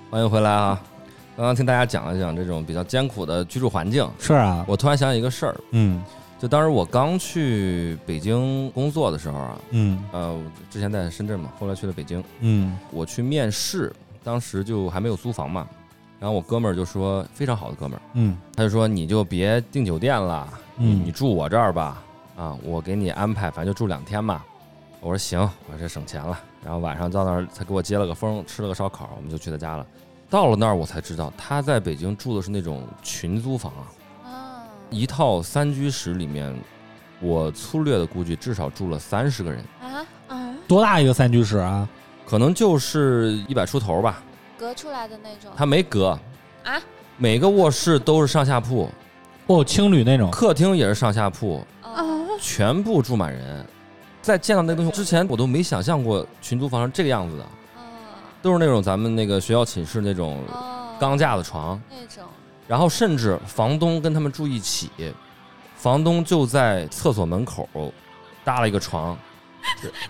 欢迎回来啊！刚刚听大家讲了讲这种比较艰苦的居住环境，是啊，我突然想起一个事儿，嗯就当时我刚去北京工作的时候啊，嗯呃，我之前在深圳嘛，后来去了北京，嗯我去面试，当时就还没有租房嘛，然后我哥们儿就说，非常好的哥们儿，嗯他就说你就别订酒店了，你嗯你住我这儿吧，啊，我给你安排，反正就住两天嘛。我说行，我说这省钱了。然后晚上到那儿，他给我接了个风，吃了个烧烤，我们就去他家了。到了那儿，我才知道他在北京住的是那种群租房啊，啊，一套三居室里面，我粗略的估计至少住了三十个人，啊，嗯啊，多大一个三居室啊？可能就是一百出头吧。隔出来的那种他没隔啊，每个卧室都是上下铺，哦，青旅那种，客厅也是上下铺，啊，全部住满人。在见到那个东西之前，我都没想象过群租房是这个样子的，啊都是那种咱们那个学校寝室那种哦，钢架的床，那种然后甚至房东跟他们住一起，房东就在厕所门口搭了一个床，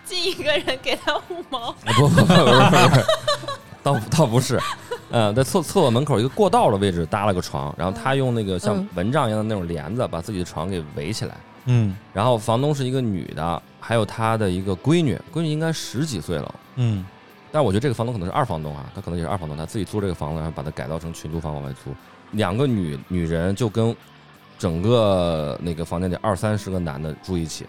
进一个人给他五毛，啊 <laughs> 不不不不不不不， <laughs> 倒倒不是，嗯，在厕厕所门口一个过道的位置搭了个床，然后他用那个像嗯蚊帐一样的那种帘子把自己的床给围起来，嗯然后房东是一个女的，还有她的一个闺女，闺女应该十几岁了。嗯但我觉得这个房东可能是二房东啊，他可能也是二房东，他自己租这个房子，然后把它改造成群租房往外租。两个女女人就跟整个那个房间里二三十个男的住一起，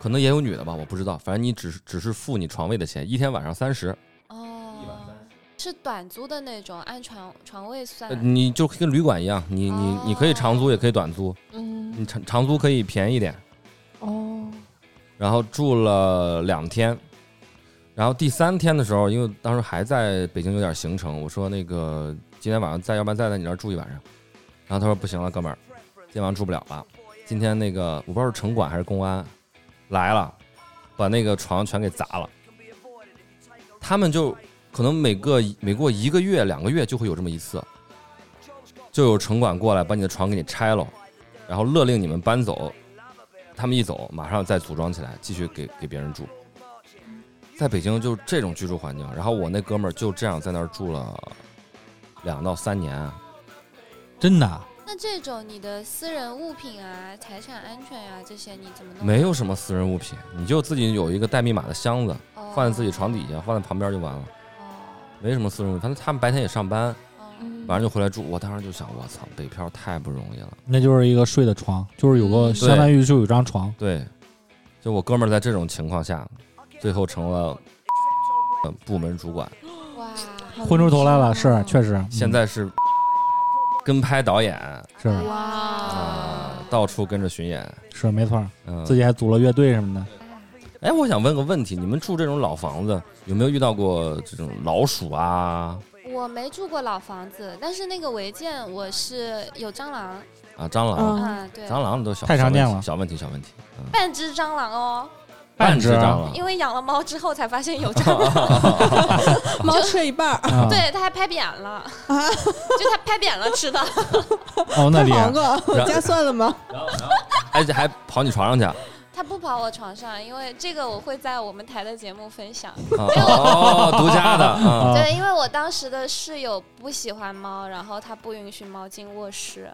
可能也有女的吧，我不知道。反正你只是只是付你床位的钱，一天晚上三十，哦，是短租的那种，按床床位算呃你就跟旅馆一样，你你你可以长租也可以短租，嗯，你长长租可以便宜一点，哦，然后住了两天，然后第三天的时候，因为当时还在北京有点行程，我说那个今天晚上再，要不然再在你那儿住一晚上。然后他说不行了，哥们儿，今天晚上住不了了。今天那个我不知道是城管还是公安来了，把那个床全给砸了。他们就可能每个每过一个月两个月就会有这么一次，就有城管过来把你的床给你拆了，然后勒令你们搬走，他们一走，马上再组装起来，继续给给别人住。在北京就这种居住环境，然后我那哥们儿就这样在那儿住了两到三年啊，真的，那这种你的私人物品啊、财产安全呀、这些你怎么弄？没有什么私人物品，你就自己有一个带密码的箱子，哦放在自己床底下，放在旁边就完了，哦没什么私人物品。反正他们白天也上班，哦晚上就回来住。我当时就想，我操，北漂太不容易了。那就是一个睡的床，就是有个嗯相当于就有张床，对，就我哥们儿在这种情况下，最后成了呃部门主管，哇，昏出头来了，是确实，嗯现在是跟拍导演。是哇哦啊，到处跟着巡演，是没错儿，嗯，自己还组了乐队什么的。哎，我想问个问题，你们住这种老房子，有没有遇到过这种老鼠啊我没住过老房子，但是那个违建我是有蟑螂，啊蟑螂？嗯，啊，对，蟑螂都小太常见了小问题，小问题，小问题。半只蟑螂哦，半只只蟑螂，因为养了猫之后才发 <laughs> 现有蟑螂，猫吃了一半儿，啊，对，它还拍扁了，就它拍扁了吃的，哦，那太里黄瓜啊然加蒜了吗？而且还跑你床上 <laughs> 去。啊它不跑我床上，因为这个我会在我们台的节目分享。啊哦，独家 <laughs> 的啊，对，因为我当时的室友不喜欢猫，然后他不允许猫进卧室。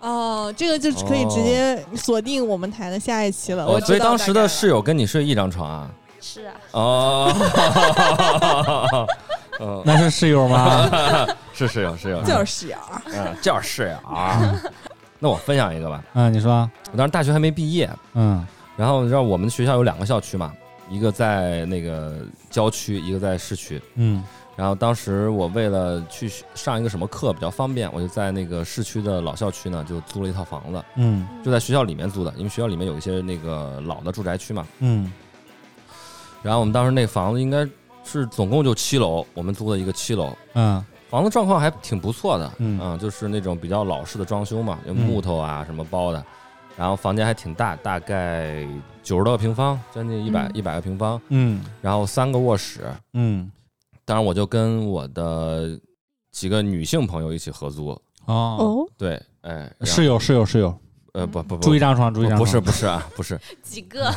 哦，这个就可以直接锁定我们台的下一期了。哦我所以当时的室是友跟你睡一张床啊？是啊， <laughs> 哦，嗯，那是室友吗？是室友，室友，就是啊室友，嗯，就是室友啊。那我分享一个吧，嗯，你说，我当时大学还没毕业，嗯然后你知道我们学校有两个校区嘛，一个在那个郊区，一个在市区。嗯然后当时我为了去上一个什么课比较方便，我就在那个市区的老校区呢，就租了一套房子，嗯就在学校里面租的，因为学校里面有一些那个老的住宅区嘛。嗯然后我们当时那房子应该是总共就七楼，我们租的一个七楼。嗯房子状况还挺不错的，嗯就是那种比较老式的装修嘛，用木头啊什么包的，然后房间还挺大，大概九十多个平方，将近一百一百个平方，嗯然后三个卧室，嗯，当然我就跟我的几个女性朋友一起合租，哦，哦，对，哎，室友，友室友室友，呃，不不不，住一张床，住一张不不床，是不是啊，不是几 <laughs> 个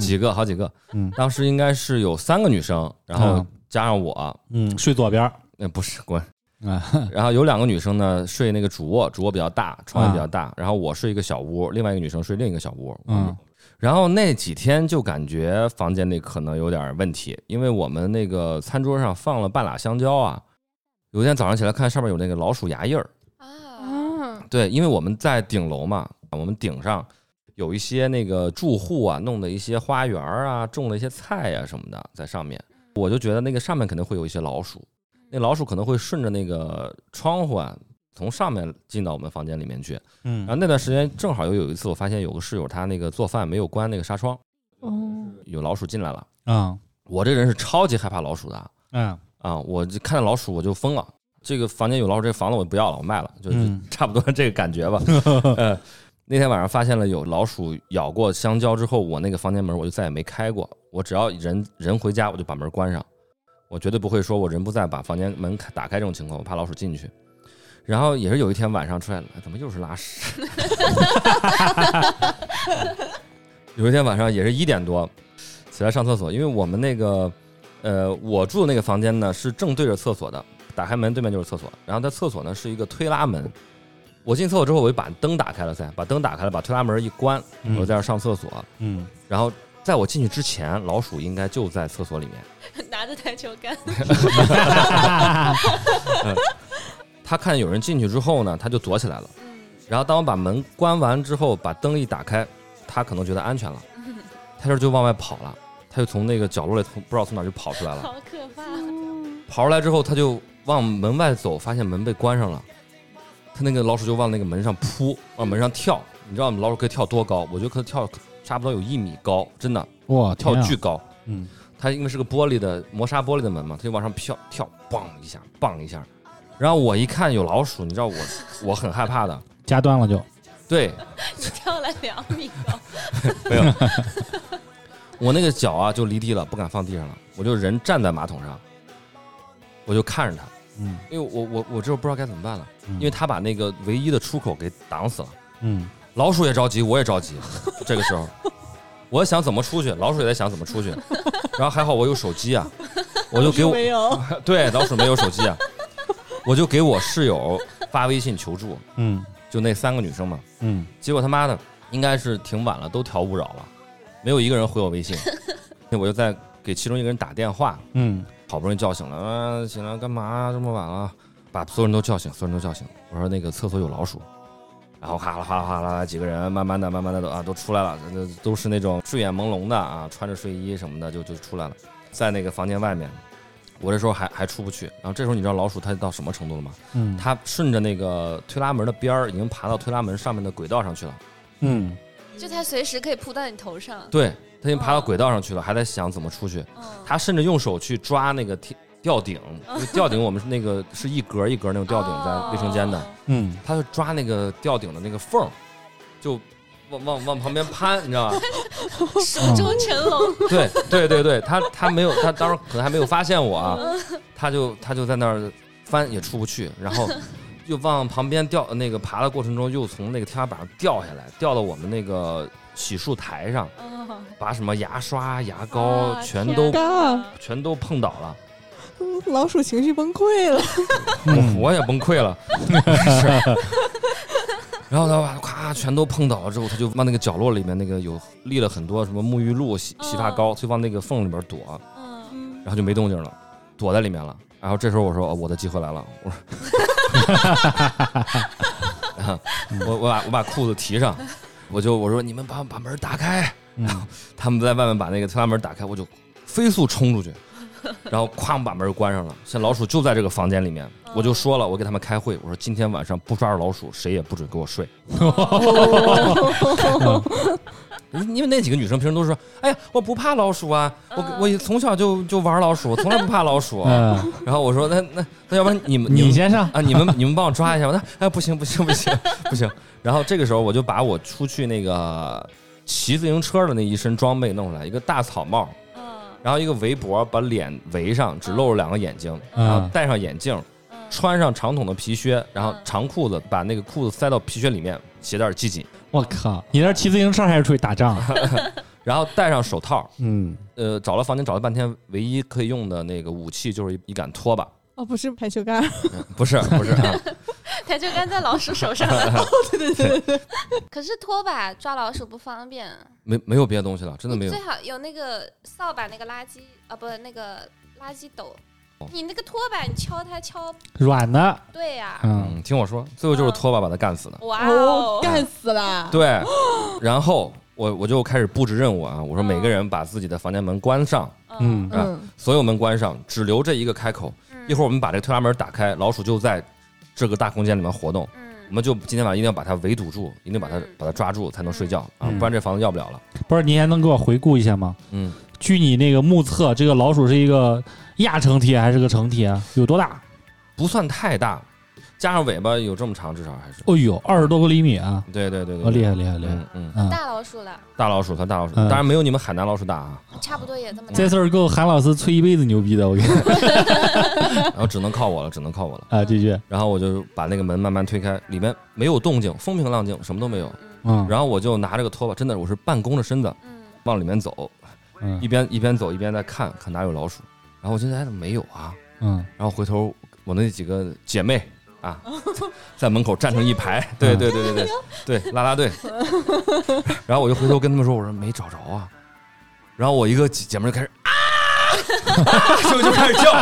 几个好几个，嗯当时应该是有三个女生，然后嗯加上我，嗯，睡左边儿，嗯，不是滚。啊，然后有两个女生呢睡那个主卧，主卧比较大，床也比较大。然后我睡一个小屋，另外一个女生睡另一个小屋。嗯，然后那几天就感觉房间里可能有点问题，因为我们那个餐桌上放了半拉香蕉啊。有一天早上起来看上面有那个老鼠牙印儿， <laughs> 啊，哦啊，对，因为我们在顶楼嘛，我们顶上有一些那个住户啊弄的一些花园啊，种的一些菜呀、什么的在上面，我就觉得那个上面肯定会有一些老鼠，那老鼠可能会顺着那个窗户啊从上面进到我们房间里面去。嗯然后那段时间正好又有一次，我发现有个室友他那个做饭没有关那个纱窗，哦，有老鼠进来了。啊我这人是超级害怕老鼠的嗯啊，我就看到老鼠我就疯了。这个房间有老鼠，这个房子我不要了，我卖了，就是嗯 <laughs> 差不多这个感觉吧。呃，那天晚上发现了有老鼠咬过香蕉之后，我那个房间门我就再也没开过。我只要人人回家，我就把门关上，我绝对不会说我人不在把房间门开打开这种情况，我怕老鼠进去。然后也是有一天晚上出来了，哎怎么又是拉屎？ <laughs> 有一天晚上也是一点多起来上厕所，因为我们那个呃我住的那个房间呢是正对着厕所的，打开门对面就是厕所，然后它厕所呢是一个推拉门。我进厕所之后，我就把灯打开了噻，把灯打开了，把推拉门一关，嗯我在这儿上厕所。嗯，然后在我进去之前，老鼠应该就在厕所里面，拿着台球杆，它看见有人进去之后呢，它就躲起来了。嗯，然后当我把门关完之后，把灯一打开，它可能觉得安全了，它这就往外跑了，它就从那个角落里从不知道从哪儿就跑出来了。好可 <laughs> 怕，跑出来之后，它就往门外走，发现门被关上了，它那个老鼠就往那个门上扑，往门上跳。你知道我们老鼠可以跳多高？我觉得可以跳差不多有一米高，真的哇，跳天啊巨，高。嗯它因为是个玻璃的磨砂玻璃的门嘛，它就往上飘跳，嘣一下，嘣一下。然后我一看有老鼠，你知道我我很害怕的，加端了就，对你跳了两米高，我那个脚啊就离地了，不敢放地上了，我就人站在马桶上，我就看着它，嗯因为我我我这不知道该怎么办了，嗯因为它把那个唯一的出口给挡死了。嗯老鼠也着急，我也着急。 <laughs> 这个时候，我想怎么出去，老鼠也在想怎么出去。然后还好我有手机啊，我就给我没有， <laughs> 对老鼠没有手机啊，我就给我室友发微信求助，嗯就那三个女生嘛。嗯结果他妈的应该是挺晚了，都调勿扰了，没有一个人回我微信。那我就在给其中一个人打电话，嗯好不容易叫醒了，啊，醒了干嘛？这么晚了，把所有人都叫醒，所有人都叫醒。我说那个厕所有老鼠，然后哗啦哗啦哗啦，几个人慢慢的、慢慢的都啊都出来了，这这都是那种睡眼朦胧的啊，穿着睡衣什么的就就出来了，在那个房间外面。我这时候还还出不去，然后这时候你知道老鼠它到什么程度了吗？嗯它顺着那个推拉门的边儿，已经爬到推拉门上面的轨道上去了。嗯就它随时可以扑到你头上，对，它已经爬到轨道上去了，还在想怎么出去。嗯，他甚至用手去抓那个天吊顶，因为吊顶我们是那个是一格一格那种吊顶哦在卫生间的， <laughs> 嗯，他就抓那个吊顶的那个缝儿，就往往往旁边攀，你知道吧？手中成龙，对对对对，他他没有，他当时可能还没有发现我啊，他就他就在那儿翻也出不去，然后又往旁边掉，那个爬的过程中又从那个天花板上掉下来，掉到我们那个洗漱台上，哦把什么牙刷、牙膏啊嗯全天都哪全都碰倒了。 <laughs> 老鼠情绪崩溃了，嗯我我也崩溃了， <laughs> 是。然后他把咔全都碰倒了之后，他就往那个角落里面那个有立了很多什么沐浴露、洗洗发膏，就往那个缝里边躲，嗯，然后就没动静了，躲在里面了。然后这时候我说：“哦，我的机会来了！”我说啊：“ <laughs> 我我把我把裤子提上，我就我说你们把把门打开。”嗯他们在外面把那个推拉门打开，我就飞速冲 <laughs> 出去，然后哐把门关上了。现在老鼠就在这个房间里面，哦我就说了，我给他们开会，我说今天晚上不抓着老鼠，谁也不准给我 <laughs> 睡。嗯因为那几个女生平时都说，哎呀，我不怕老鼠啊，我我从小就就玩老鼠，我从来不怕老鼠。啊嗯，然后我说那那那要不然你们你们先上，啊，你们你们帮我抓一下吧。那哎不行不行不行不行。然后这个时候我就把我出去那个骑自行车的那一身装备弄出来，一个大草帽，嗯然后一个围脖把脸围上，只露着两个眼睛，嗯然后戴上眼镜，嗯穿上长筒的皮靴，然后长裤子把那个裤子塞到皮靴里面，鞋带系紧，我靠，你那是骑自行车还是出去打仗？啊然后戴上手套。嗯呃，找了房间找了半天，唯一可以用的那个武器就是一一杆拖把。 <laughs> 哦，不是排球杆儿，不是不是啊，台球杆在老鼠手 <laughs> 上，哦可是拖把抓老鼠不方便，没没有别的东西了，真的没有最。好有那个扫把那个垃圾啊，不那个垃圾斗哦。你那个拖把，你敲它敲软的，不对呀、嗯，嗯，听我说，最后就是拖把把他干死的。哇哦哦，，干死了。对，然后我我就开始布置任务啊，我说每个人把自己的房间门关上，嗯啊嗯，所有门关上，只留这一个开口。嗯一会儿我们把这个推拉门打开，老鼠就在这个大空间里面活动。我嗯，们就今天晚上一定要把它围堵住，一定把它嗯把它抓住才能睡觉啊，嗯不然这房子要不了了。不是，你还能给我回顾一下吗？嗯，据你那个目测，这个老鼠是一个亚成体还是个成体啊？有多大？不算太大，加上尾巴有这么长，至少还是。哦呦，二十多个厘米啊！对对对对，哦，厉害。害厉害厉害！嗯嗯，嗯，大老鼠了，大老鼠它大老鼠，嗯当然没有你们海南老鼠大啊，差不多也这么大。这事儿够韩老师吹一辈子牛逼的，我跟你 <laughs> 说然后只能靠我了，只能靠我了。啊，这句，然后我就把那个门慢慢推开，里面没有动静，风平浪静，什么都没有。嗯，然后我就拿着个拖把，真的我是半弓着身子嗯，往里面走，嗯一边一边走一边在看看哪有老鼠。然后我现在没有啊，嗯，然后回头我那几个姐妹啊， <laughs> 在门口站成一排，对对对对对对，啦啦队。 <laughs> 然后我就回头跟他们说，我说没找着啊。然后我一个姐姐妹就开始啊， <laughs> 就就开始叫，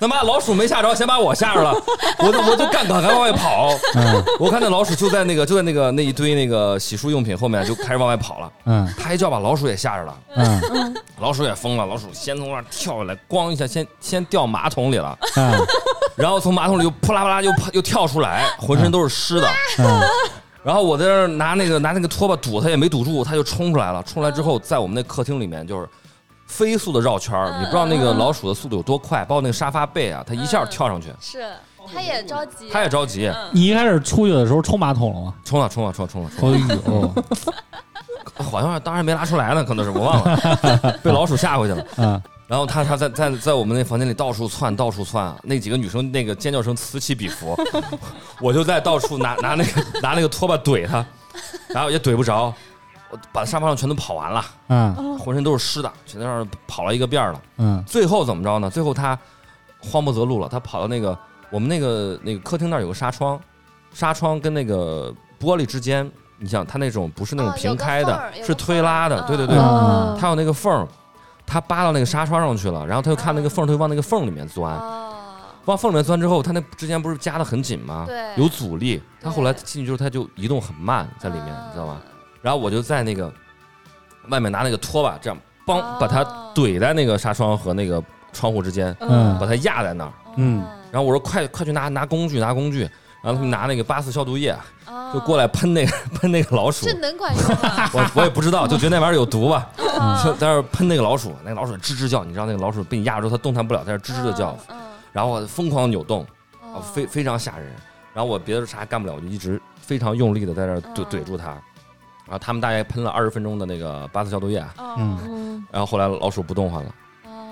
他妈老鼠没吓着，先把我吓着了，我就我就赶赶快往外跑。嗯我看那老鼠就在那个就在那个那一堆那个洗漱用品后面就开始往外跑了，嗯他一叫把老鼠也吓着了。嗯老鼠也疯了，老鼠先从那儿跳下来，咣一下先先掉马桶里了，嗯然后从马桶里又扑啦扑啦又爬又跳出来，浑身都是湿的。嗯，然后我在那儿拿那个拿那个拖把堵它，也没堵住，它就冲出来了。冲出来之后，在我们那客厅里面就是飞速的绕圈儿，你不知道那个老鼠的速度有多快，包括那个沙发背啊，它一下跳上去，是，它也着急，啊它也着急，你一开始出去的时候冲马桶了吗？冲了啊冲了冲了冲了冲哦呦，了，好像是当然没拉出来呢，可能是我忘了，被老鼠吓回去了。嗯然后他他在在在我们那房间里到处窜到处窜，那几个女生那个尖叫声此起彼伏， <laughs> 我就在到处拿 <laughs> 拿那个拿那个拖把怼他，然后也怼不着，我把沙发上全都跑完了， <laughs> 嗯浑身都是湿的，全在那儿跑了一个遍儿了。嗯最后怎么着呢？最后他慌不择路了，他跑到那个我们那个那个客厅那儿有个纱窗，纱窗跟那个玻璃之间，你想他那种不是那种哦有平个开缝的儿，有是个推缝儿拉的，嗯对对对。嗯他有那个缝儿，他扒到那个纱窗上去了，然后他就看那个缝儿，他就往那个缝儿里面钻，哦，往缝儿里面钻之后，他那之前不是夹得很紧吗？对有阻力。他对后来进去之后，他就移动很慢，在里面，啊嗯你知道吧？然后我就在那个外面拿那个拖把，这样梆哦把它怼在那个纱窗和那个窗户之间，嗯把它压在那儿。哦嗯然后我说快快去拿拿工具拿工具，然后他们拿那个八四消毒液啊哦就过来喷那个 <laughs> 喷那个老鼠这。能管用吗？我我也不知 <laughs> 道，就觉得那玩意儿有毒吧。就哦在那儿喷那个老鼠，那个老鼠吱吱叫，你知道那个老鼠被你压着之后它动弹不了，在那儿吱吱的叫，，嗯，然后我疯狂扭动，嗯啊，非非常吓人。然后我别的啥干不了，我就一直非常用力的在那儿怼嗯怼住它。然后他们大概喷了二十分钟的那个八四消毒液，啊哦嗯嗯，然后后来老鼠不动弹了，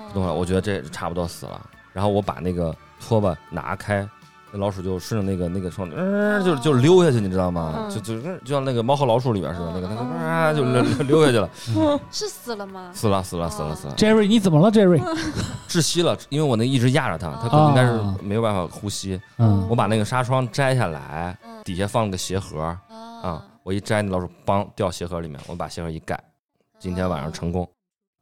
不动弹了，我觉得这差不多死了。然后我把那个拖把拿开，那老鼠就顺着那个那个窗，呃、就就溜下去，你知道吗？嗯就就就像那个猫和老鼠里边似的，那个那个、嗯啊、就溜溜下去了，是死了吗？死了死了死了死了。 ，Jerry 你怎么了，Jerry？窒息了，因为我那一直压着他，他可能哦应该是没有办法呼吸。嗯我把那个纱窗摘下来，嗯底下放了个鞋盒啊、啊，我一摘，那老鼠梆掉鞋盒里面，我把鞋盒一盖，今天晚上成功，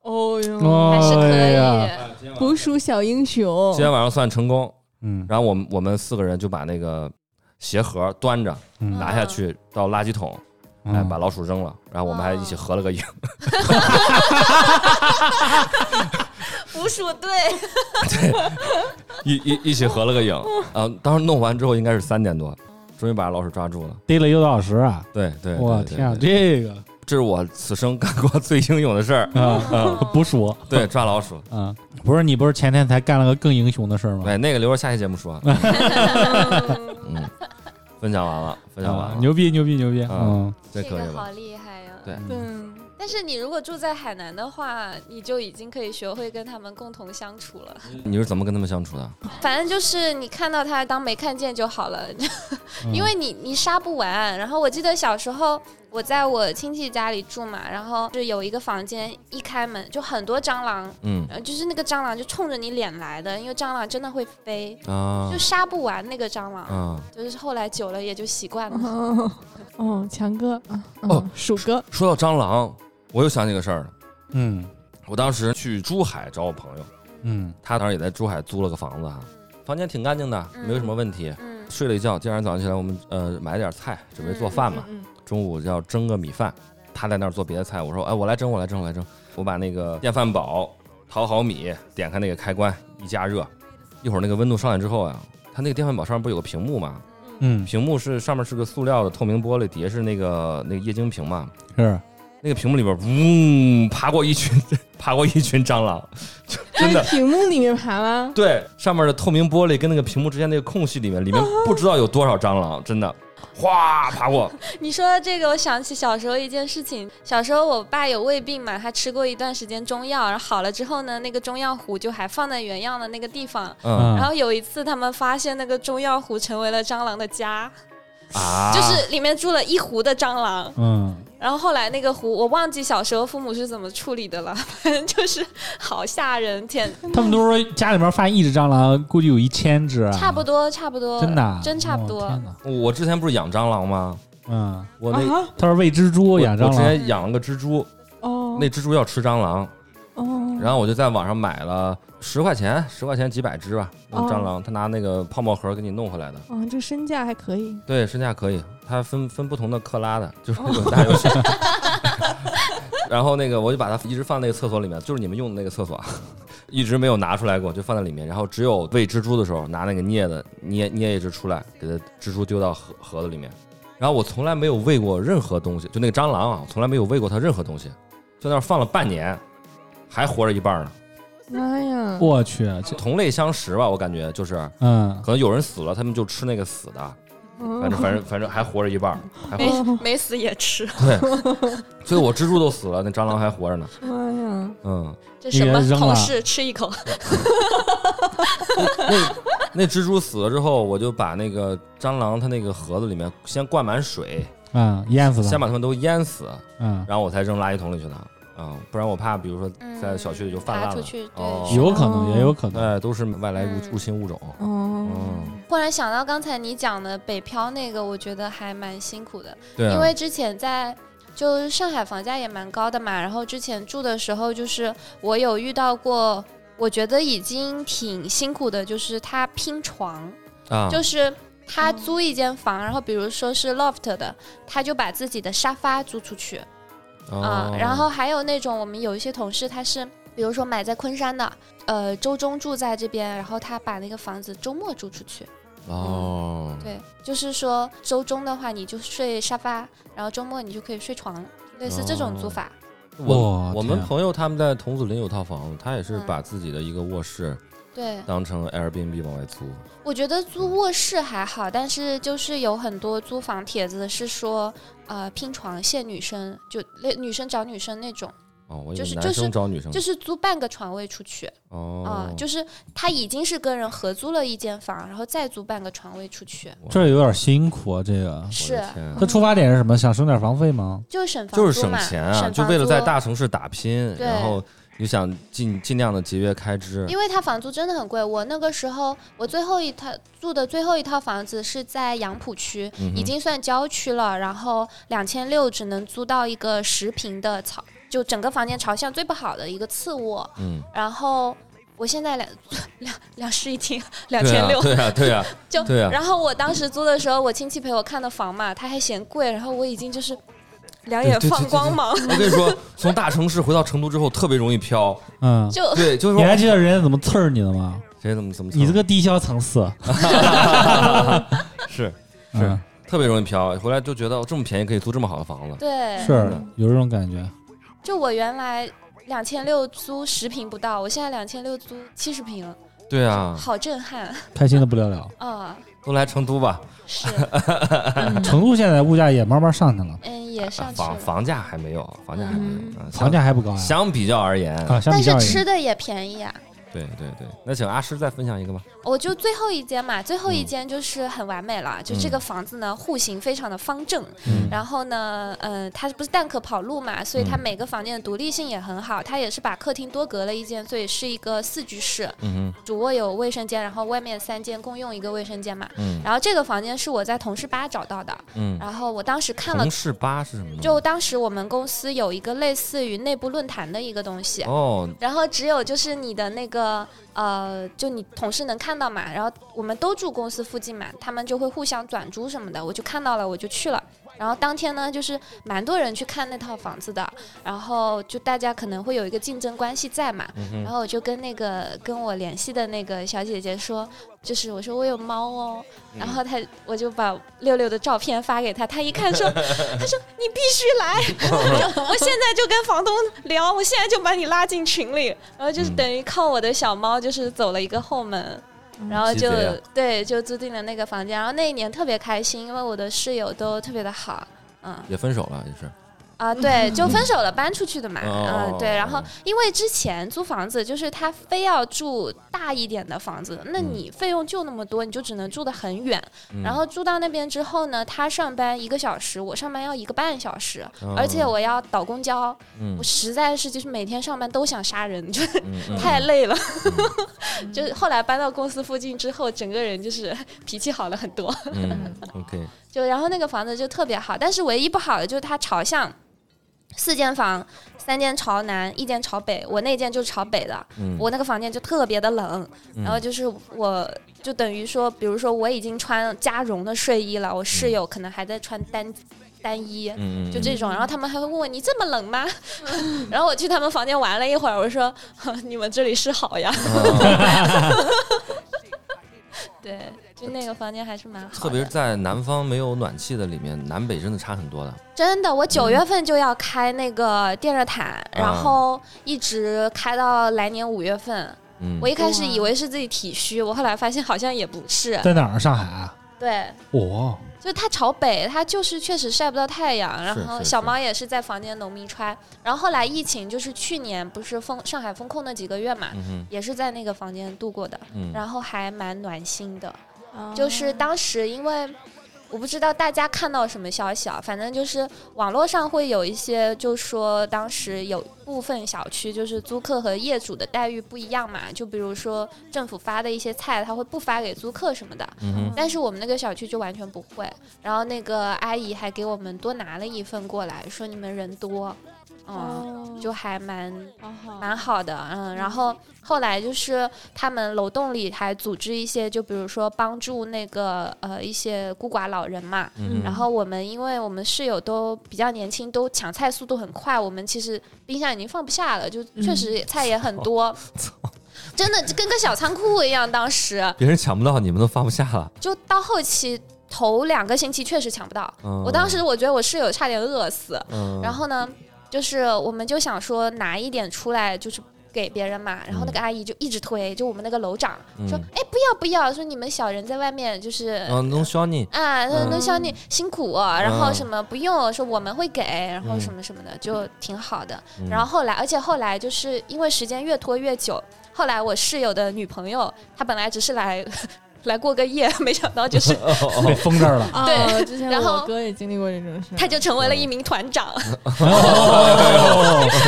哦哟，还是可哎以，呀， <laughs> 捕鼠小英雄今，天晚上算成功。嗯然后我们我们四个人就把那个鞋盒端着嗯拿下去到垃圾桶，哎，把老鼠扔了，然后我们还一起合了个影。捕鼠队， <laughs> 一一一起合了个影，啊，当时弄完之后应该是三点多，终于把老鼠抓住了。逮了一个多小时啊！对对，对我对天啊，对这个这是我此生干过最英勇的事儿。 <laughs> 啊，捕鼠对，抓老鼠。啊，不是你不是前天才干了个更英雄的事儿吗？对，那个留着下期节目说。嗯，分享完了，分享完啊了，牛逼牛逼牛逼！嗯嗯，这可以个好了。厉害呀！对嗯，但是你如果住在海南的话，你就已经可以学会跟他们共同相处了。你是怎么跟他们相处的？反正就是你看到他当没看见就好了，<laughs> 嗯因为你你杀不完。然后我记得小时候我在我亲戚家里住嘛，然后是有一个房间，一开门就很多蟑螂，嗯呃就是那个蟑螂就冲着你脸来的，因为蟑螂真的会飞，啊就杀不完那个蟑螂。啊，就是后来久了也就习惯了。哦， <laughs> 哦，强哥，嗯哦，鼠哥，说到蟑螂，我又想起个事儿了。嗯我当时去珠海找我朋友，嗯他当时也在珠海租了个房子哈，房间挺干净的，没有什么问题。嗯睡了一觉，第二天早上起来，我们呃买了点菜，准备做饭嘛。嗯中午要蒸个米饭，他在那儿做别的菜，我说哎，我来蒸，我来蒸，我来蒸。我把那个电饭煲淘好米，点开那个开关一加热，一会儿那个温度上来之后呀、它那个电饭煲上面不是有个屏幕嘛？嗯，屏幕是上面是个塑料的透明玻璃，底下是那个那个液晶屏嘛。是那个屏幕里边，嗡，爬过一群， <laughs> 爬过一群蟑螂，就真的在。屏幕里面爬吗？对，上面的透明玻璃跟那个屏幕之间那个空隙里面，里面不知道有多少蟑螂，真的，哗爬过。 <laughs> 你说到这个，我想起小时候一件事情。小时候我爸有胃病嘛，他吃过一段时间中药，然后好了之后呢，那个中药壶就还放在原样的那个地方。嗯然后有一次，他们发现那个中药壶成为了蟑螂的家，啊，就是里面住了一壶的蟑螂。嗯然后后来那个壶，我忘记小时候父母是怎么处理的了， <laughs> 反正就是好吓人，天，嗯，他们都说家里面发现一只蟑螂，估计有一千只啊，差不多差不多，真的啊真差不多哦。天哪我之前不是养蟑螂吗？嗯，我那、啊，他说喂蜘蛛我养蟑我之螂，前养了个蜘蛛，哦，那蜘蛛要吃蟑螂，哦，然后我就在网上买了十块钱，十块钱几百只吧，那种哦蟑螂，他拿那个泡沫盒给你弄回来的。哦，这身价还可以，对，身价可以，它分分不同的克拉的，就是有大有小。 <laughs> 然后那个我就把它一直放那个厕所里面，就是你们用的那个厕所，一直没有拿出来过，就放在里面。然后只有喂蜘蛛的时候，拿那个镊子捏捏一只出来，给它蜘蛛丢到盒盒子里面。然后我从来没有喂过任何东西，就那个蟑螂啊，我从来没有喂过它任何东西，在那儿放了半年，还活着一半呢。妈呀，我去，这同类相食吧，我感觉就是，嗯，可能有人死了，他们就吃那个死的，嗯反正反正反正还活着一半儿，还活着没没死也吃， <laughs> 所以我蜘蛛都死了，那蟑螂还活着呢。妈呀，嗯，这你什给么它扔口了试？吃一口，那蜘蛛死了之后，我就把那个蟑螂它那个盒子里面先灌满水，嗯，淹死先了，把它们都淹死，嗯，然后我才扔垃圾桶里去的。嗯，不然我怕，比如说在小区里就泛滥爬了。嗯出去对哦，有可能，也有可能，哎，都是外来入嗯入侵物种。哦，嗯，忽然想到刚才你讲的北漂那个，我觉得还蛮辛苦的，对啊，因为之前在就上海房价也蛮高的嘛，然后之前住的时候，就是我有遇到过，我觉得已经挺辛苦的，就是他拼床，啊，就是。他租一间房，然后比如说是 loft 的，他就把自己的沙发租出去啊、哦然后还有那种我们有一些同事，他是比如说买在昆山的，呃，周中住在这边，然后他把那个房子周末租出去。哦，对，就是说周中的话你就睡沙发，然后周末你就可以睡床，类似这哦种租法。我哇我们天啊朋友他们在桐梓林有套房，他也是嗯把自己的一个卧室对，当成 Airbnb 往外租。我觉得租卧室还好，但是就是有很多租房帖子是说，呃，拼床限女生，就类女生找女生那种，哦，我以就为是男就是生找女生。就是租半个床位出去啊、嗯哦，就是他已经是跟人合租了一间房，然后再租半个床位出去，这有点辛苦啊，这个。啊我是的天啊他出发点是什么？想省点房费吗？就是省房就是租省嘛钱啊，省就房为了租在大城市打拼，对然后你想尽尽量的节约开支。因为它房租真的很贵。我那个时候，我最后一套住的最后一套房子是在杨浦区，嗯哼已经算郊区了。然后两千六只能租到一个十平的朝，就整个房间朝向最不好的一个次卧。嗯，然后我现在两 <laughs> 两两室一厅，两对千啊六，对 <laughs> 啊，对啊，就对啊然后我当时租的时候，我亲戚陪我看的房嘛，他还嫌贵，然后我已经就是两眼对对对放对光芒， <laughs> 我跟你说，从大城市回到成都之后，特别容易 <laughs> 飘。嗯，就对，就是你说还记得人家怎么刺儿你的吗？谁怎么怎么，你这个低消层次是是嗯特别容易飘，回来就觉得哦这么便宜可以租这么好的房子。对是有这种感觉。就我原来两千六租十平不到，我现在两千六租七十平，对啊，好震撼开心的不得了。啊！都来成都吧， <laughs> 是，哦成都现在物价也慢慢上去了，嗯，也上去房了，嗯房价还没有，房价还没有，啊房价还不高呀。相相比较而言，啊，相但比是较而吃言，的也便宜啊。对对对，那请阿诗再分享一个吧。我就最后一间嘛，最后嗯一间就是很完美了。就这个房子呢，户型非常的方正，然后呢，嗯、它不是蛋壳跑路嘛，所以嗯它每个房间的独立性也很好。它也是把客厅多隔了一间，所以是一个四居室，嗯哼主卧有卫生间，然后外面三间共用一个卫生间嘛。嗯然后这个房间是我在同事吧找到的，嗯，然后我当时看了同，事吧是什么东西？就当时我们公司有一个类似于内部论坛的一个东西，哦，然后只有就是你的那个呃，就你同事能看到嘛，然后我们都住公司附近嘛，他们就会互相转租什么的，我就看到了，我就去了。然后当天呢，就是蛮多人去看那套房子的，然后就大家可能会有一个竞争关系在嘛。然后我就跟那个跟我联系的那个小姐姐说，就是我说我有猫哦，然后她我就把六六的照片发给她，她一看说，她说你必须来，我现在就跟房东聊，我现在就把你拉进群里，然后就是等于靠我的小猫，就是走了一个后门，然后就鸡贼啊对，就租订了那个房间。然后那一年特别开心，因为我的室友都特别的好，嗯也分手了，也是。啊，对，就分手了，搬出去的嘛，哦嗯，对。然后因为之前租房子就是他非要住大一点的房子，那嗯你费用就那么多，你就只能住得很远。然后住到那边之后呢，他上班一个小时，我上班要一个半小时，而且我要倒公交，哦嗯我实在是就是每天上班都想杀人，就嗯嗯太累了。 <laughs> 就是后来搬到公司附近之后，整个人就是 <laughs> 脾气好了很多。 <laughs> 嗯，OK，就然后那个房子就特别好，但是唯一不好的就是它朝向，四间房，三间朝南，一间朝北，我那间就是朝北的，嗯，我那个房间就特别的冷，嗯然后就是我就等于说，比如说我已经穿加绒的睡衣了，我室友可能还在穿单单衣。嗯嗯就这种，然后他们还会问我你这么冷吗？ <laughs> 然后我去他们房间玩了一会儿，我说 <laughs> 呵你们这里是好呀，啊对，就那个房间还是蛮好的。特别是在南方没有暖气的里面，南北真的差很多的。真的，我九月份就要开那个电热毯，然后一直开到来年五月份。啊嗯，我一开始以为是自己体虚，我后来发现好像也不是。在哪儿？上海啊？对，哦，就是它朝北，它就是确实晒不到太阳。然后是小猫也是在房间浓密穿。然后后来疫情，就是去年不是封上海封控那几个月嘛，嗯哼也是在那个房间度过的，嗯，然后还蛮暖心的。 <laughs> 哦就是当时因为我不知道大家看到什么消息啊，反正就是网络上会有一些，就说当时有部分小区就是租客和业主的待遇不一样嘛，就比如说政府发的一些菜，他会不发给租客什么的。嗯哼但是我们那个小区就完全不会，然后那个阿姨还给我们多拿了一份过来，说你们人多，嗯，哦就还蛮好好蛮好的，嗯，然后后来就是他们楼栋里还组织一些，就比如说帮助那个呃一些孤寡老人嘛。嗯然后我们因为我们室友都比较年轻，都抢菜速度很快，我们其实冰箱已经放不下了，就确实菜也很多，真的就跟个小仓库一样。当时别人抢不到，你们都放不下了。就到后期头两个星期确实抢不到，嗯我当时我觉得我室友差点饿死，嗯，然后呢，就是我们就想说拿一点出来，就是给别人嘛。然后那个阿姨就一直推，就我们那个楼长说嗯：“哎，不要不要，说你们小人在外面就是。”嗯，弄小 <laughs> 你，啊，那嗯那像你辛苦、哦然后嗯什么不用，说我们会给，然后什么什么的，就挺好的。嗯然后后来，而且后来就是因为时间越拖越久，后来我室友的女朋友，她本来只是来 <laughs> 来过个夜，没想到 <laughs> 就是哦被封这儿 <laughs> 了。哦对之前然后我哥也经历过这种事儿，她就成为嗯了一名团长。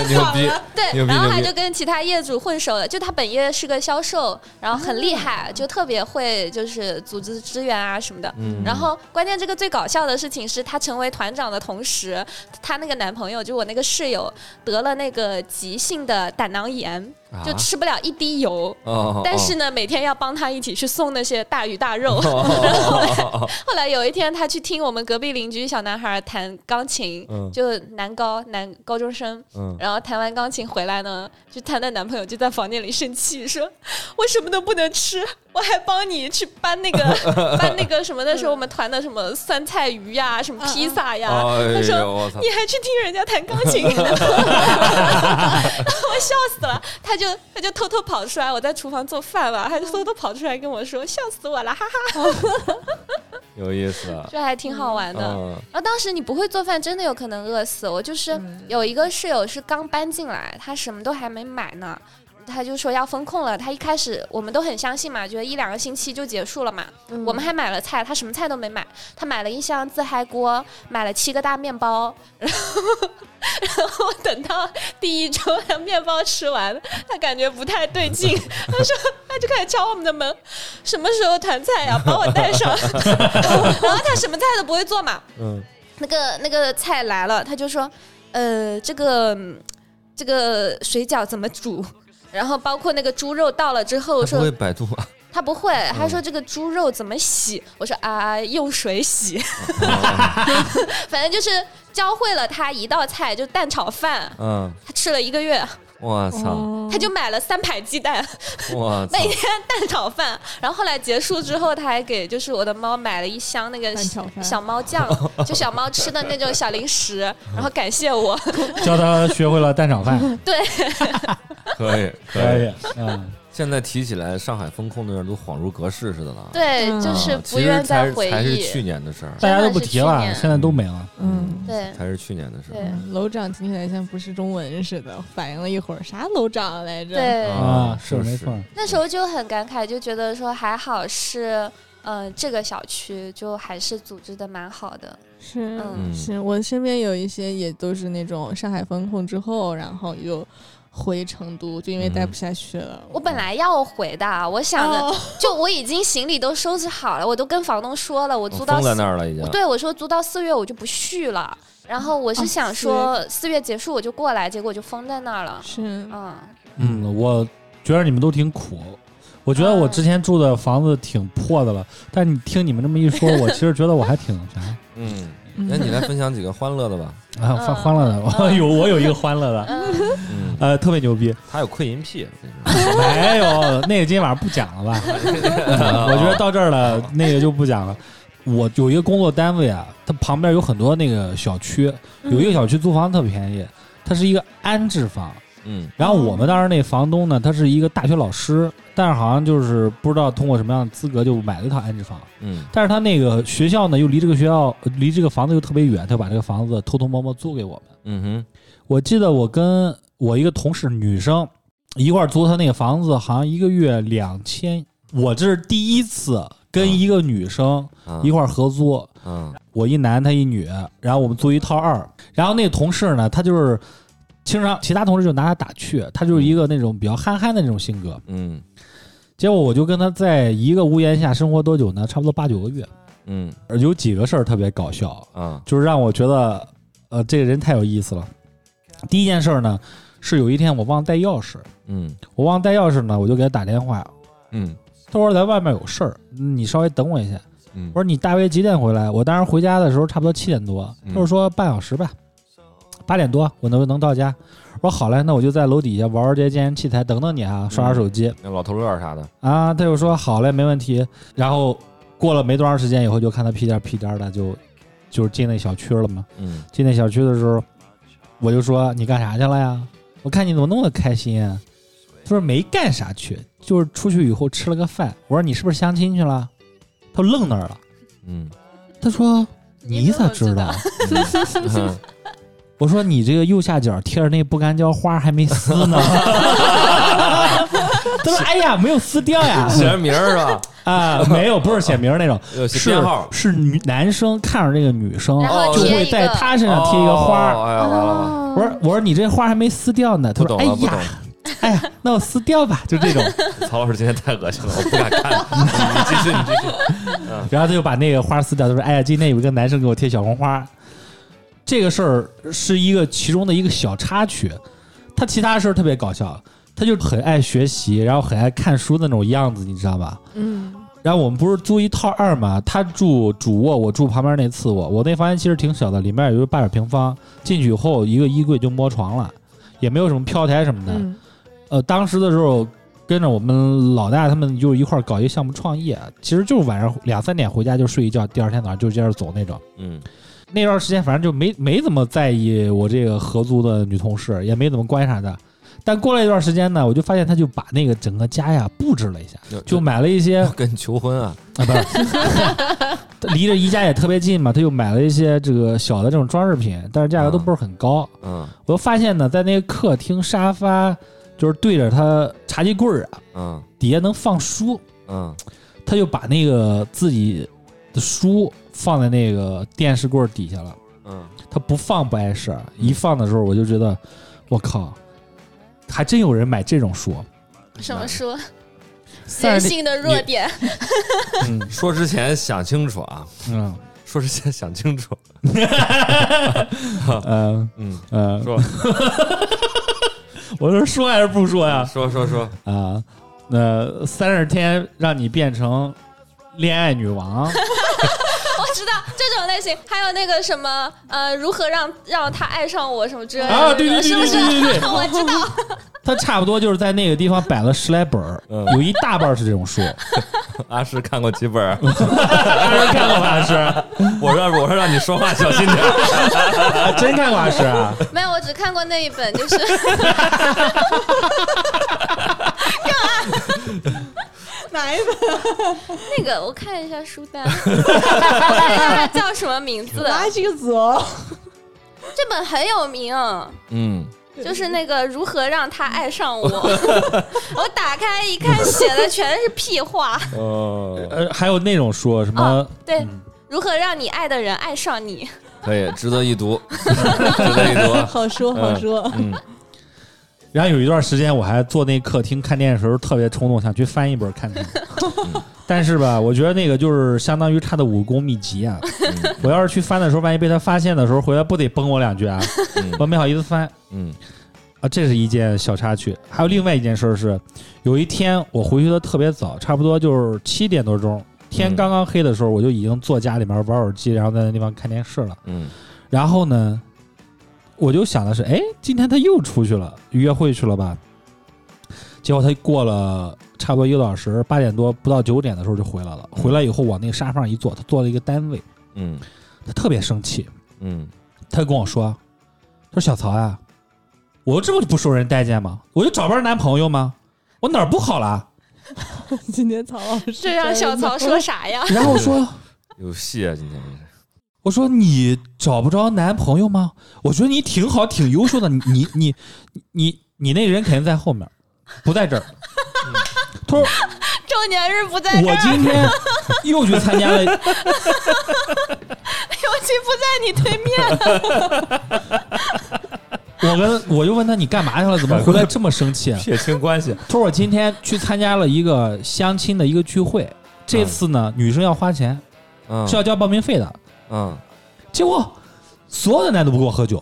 牛逼，对，牛逼然后他牛逼就跟其他业主混熟了。就他本业是个销售，然后很厉害，就特别会就是组织支援啊什么的。嗯然后关键这个最搞笑的事情是，她成为团长的同时，她那个男朋友就我那个室友得了那个急性的胆囊炎，就啊吃不了一滴油。哦，但是呢，每天要帮她一起去送那些大鱼大肉。哦 <laughs> <laughs> 后来有一天，她去听我们隔壁邻居小男孩弹钢琴，嗯就男高男高中生， <laughs> 嗯，然后弹完钢琴回来呢，就她的男朋友就在房间里生气，说：“我什么都不能吃， <laughs> 我还帮你去搬那个 <laughs> 搬那个什么的时候，我们团的什么酸菜鱼呀、什么披萨呀。哎他呦，说我操你！还去听人家弹钢琴， <laughs> 我笑死了。他就他就偷偷跑出来，我在厨房做饭嘛，他就偷偷跑出来跟我说，笑死我了，哈哈，有意思 <laughs> 啊。这还挺好玩的。嗯然后当时你不会做饭，真的有可能饿死。我就是有一个室友是刚搬进来，他什么都还没买呢，他就说要封控了。他一开始我们都很相信嘛，觉得一两个星期就结束了嘛。我们还买了菜，他什么菜都没买，他买了一箱自嗨锅，买了七个大面包， <laughs> 然后然后等到第一周的面包吃完，他感觉不太对劲，他说他就开始敲我们的门，什么时候团菜呀、把我带上。 <laughs> 然后他什么菜都不会做嘛，嗯，那个那个菜来了，他就说，呃，这个嗯这个水饺怎么煮？ <laughs> 然后包括那个猪肉到了之后我说会百度 <laughs> 啊，他不会，他说这个猪肉怎么洗？我说啊，用水洗， <laughs> 反正就是教会了他一道菜，就蛋炒饭，嗯，他吃了一个月，我操，哦他就买了三排鸡蛋， <laughs> 我操哦那，一天蛋炒饭，然后后来结束之后，他还给就是我的猫买了一箱那个蛋炒小饭小猫酱，就小猫吃的那种小零食，然后感谢我，教他学会了蛋炒饭，可以可可以。以，嗯，现在提起来，上海风控那人都恍如隔世似的了。对，嗯就是啊不其实才愿再是回才是忆，去年的事儿，大家都不真的提是去了，年现在都没了。嗯，对才是去年的事儿。对楼长今天像不是中文似的，反应了一会儿，啥楼长来着？，对。啊，是是没错，那时候就很感慨，就觉得说还好是，呃，这个小区就还是组织的蛮好的，是。嗯，嗯，是我身边有一些也都是那种上海封控之后，然后又回成都，就因为嗯待不下去了。我本来要回的，啊我想着、哦就我已经行李都收拾好了，我都跟房东说了，我租我到封在四那儿了已经。对，我说租到四月我就不续了。然后我是哦想说四月结束我就过来，结果就封在那儿了。是嗯，嗯，我觉得你们都挺苦。我觉得我之前住的房子挺破的了，但你听你们这么一说，我其实觉得我还挺 <laughs> 啥嗯，那你来分享几个欢乐的吧。啊，欢欢乐的。 <laughs> 我有我有一个欢乐的，嗯，呃，特别牛 <laughs> 逼。他有溃淫癖，我跟 <laughs> 你没有，那个今天晚上不讲了吧？说我觉得到这儿了，那个就不讲了。我有一个工作单位啊，它旁边有很多那个小区，有一个小区租房特便宜，它是一个安置房。嗯然后我们当时那房东呢，他是一个大学老师，但是好像就是不知道通过什么样的资格就买了一套安置房。嗯但是他那个学校呢，又离这个学校呃离这个房子又特别远，他就把这个房子偷偷摸摸租给我们。嗯哼，我记得我跟我一个同事女生一块儿租他那个房子，好像一个月两千。我这是第一次跟一个女生啊一块儿合租，嗯我一男，他一女，然后我们租一套二。然后那个同事呢，他就是经常其他同事就拿他打趣，他就是一个那种比较憨憨的那种性格。嗯结果我就跟他在一个屋檐下生活多久呢？差不多八九个月。嗯而有几个事儿特别搞笑，啊就是让我觉得，呃，这个人太有意思了。第一件事儿呢，是有一天我忘带钥匙，嗯我忘带钥匙呢，我就给他打电话，嗯他说在外面有事儿，你稍微等我一下。嗯，我说你大约几点回来？我当时回家的时候差不多七点多，嗯他就说半小时吧，八点多我能能到家。我说好嘞，那我就在楼底下玩玩这些健身器材，等等你啊，刷刷手机、那老头乐啥的，啊。他就说好嘞，没问题。然后过了没多长时间以后，就看他屁颠儿屁颠儿的就就是进那小区了嘛。嗯进那小区的时候，我就说你干啥去了呀？我看你怎么那么开心啊？他说没干啥去，就是出去以后吃了个饭。我说你是不是相亲去了？他愣那儿了。嗯，他说你你怎咋么知知道道？嗯 <laughs> 我说你这个右下角贴着那不干胶花还没撕呢。 <laughs> 他说哎呀，没有撕掉呀。写着名儿是吧？啊，没有，不是写名儿那种，嗯 <laughs> 有写是编号，是女男生看着这个女生，然后就贴会一在个她身上贴一个花儿。哦哎呀，完了完了，我说我说你这花还没撕掉呢，他不说懂哎了不懂呀了。哎呀，那我撕掉吧，就这种。 <laughs> 曹老师今天太恶心了，我 <laughs> 不敢看。你继续，你继续。 <laughs> 然后他就把那个花撕掉，他说哎呀，今天有一个男生给我贴小红花。这个事儿是一个其中的一个小插曲，他其他事儿特别搞笑，他就很爱学习，然后很爱看书的那种样子，你知道吧？嗯，然后我们不是租一套二嘛，他住主卧，我住旁边那次卧。我那房间其实挺小的，里面也就是八点平方。进去以后，一个衣柜就摸床了，也没有什么飘台什么的。 <laughs> 嗯呃，当时的时候跟着我们老大他们就一块儿搞一项目创业，其实就是晚上两三点回家就睡一觉，第二天早上就接着走那种。嗯那段时间反正就没没怎么在意我这个合租的女同事，也没怎么关啥的。但过了一段时间呢，我就发现他就把那个整个家呀布置了一下，就买了一些跟你求婚啊？啊，不是，他 <laughs> 离着宜家也特别近嘛，他又买了一些这个小的这种装饰品，但是价格都不是很高。嗯我就发现呢，在那个客厅沙发，就是对着他茶几棍儿啊，嗯底下能放书，嗯他就把那个自己的书放在那个电视柜儿底下了。嗯，他不放不碍事儿，一放的时候我就觉得，我靠，还真有人买这种书。什么书？但人是性的弱点，那，嗯说之前想清楚啊，嗯说之前想清楚，呃嗯，呃，说我是说还是不说呀？说说说，啊，那三十天让你变成恋爱女 <laughs> 王，我知道这种类型。还有那个什么，呃，如何让让他爱上我什么之类的，啊对对对是不是？对对对 <laughs> 对我知道，他差不多就是在那个地方摆了十来本儿嗯，有一大半儿是这种书。阿诗看过几本 <laughs> 儿？阿诗看过吧？阿诗，我让我说让你说话小心点儿。啊 <laughs> 真看过阿诗啊？没有，我只看过那一本，就是哪一本？那个，我看一下书单，那个叫什么名字？垃圾组。 <laughs> 这本很有名，嗯，就是那个如何让他爱上我。我打开一看，写的全是屁话。哦，呃，还有那种书什么哦？对，如何让你爱的人爱上你？可以，值得一读， <laughs> 值得一读。好说好说， <laughs> 嗯，然后有一段时间，我还坐那客厅看电视的时候，特别冲动，想去翻一本看 <laughs> 看。但是吧，我觉得那个就是相当于他的武功秘籍啊。我要是去翻的时候，万一被他发现的时候，回来不得崩我两句啊？嗯我没好意思翻嗯啊。这是一件小插曲。还有另外一件事是，有一天我回去的特别早，差不多就是七点多钟，天嗯刚刚黑的时候，我就已经坐家里面玩手机，然后在那地方看电视了。嗯然后呢，我就想的是，哎，今天他又出去了，约会去了吧？结果他过了差不多一个多小时，八点多不到九点的时候就回来了。回来以后往那个沙发上一坐，他坐了一个单位，嗯他特别生气，嗯他就跟我说：“他说小曹呀、我这么不受人待见吗？我就找不着男朋友吗？我哪儿不好了今天曹老师这让小曹说啥呀？？”然后我说。有戏啊，今天真是。我说你找不着男朋友吗？我觉得你挺好，挺优秀的，你你你你你那人肯定在后面，不在这儿。他说周年日不在这我儿，今天又去参加了，尤其不在你对面。我跟我就问他你干嘛去了？怎么回来这么生气？啊撇清关系，他说我今天去参加了一个相亲的一个聚会，这次呢女生要花钱，嗯是要交报名费的。嗯结果所有的男的不跟我喝酒，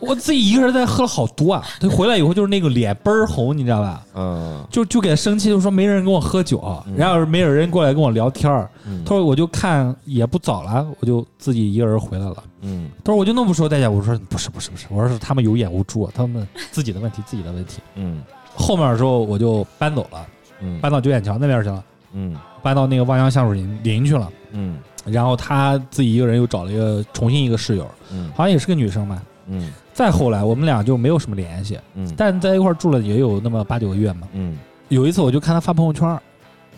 我自己一个人在喝了好多啊。他回来以后就是那个脸倍儿红，你知道吧？嗯就就给生气，就说没人跟我喝酒，嗯然后没有人过来跟我聊天儿。嗯他说我就看也不早了，我就自己一个人回来了。嗯他说我就那么不受待见，我说不是不是不是，我说是他们有眼无珠，啊他们自己的问题自己的问题。嗯后面的时候我就搬走了，嗯搬到九眼桥那边去了，嗯搬到那个望江下水林林去了。嗯然后他自己一个人又找了一个重新一个室友，嗯好像也是个女生吧。嗯再后来我们俩就没有什么联系，嗯但在一块儿住了也有那么八九个月嘛。嗯有一次我就看他发朋友圈儿，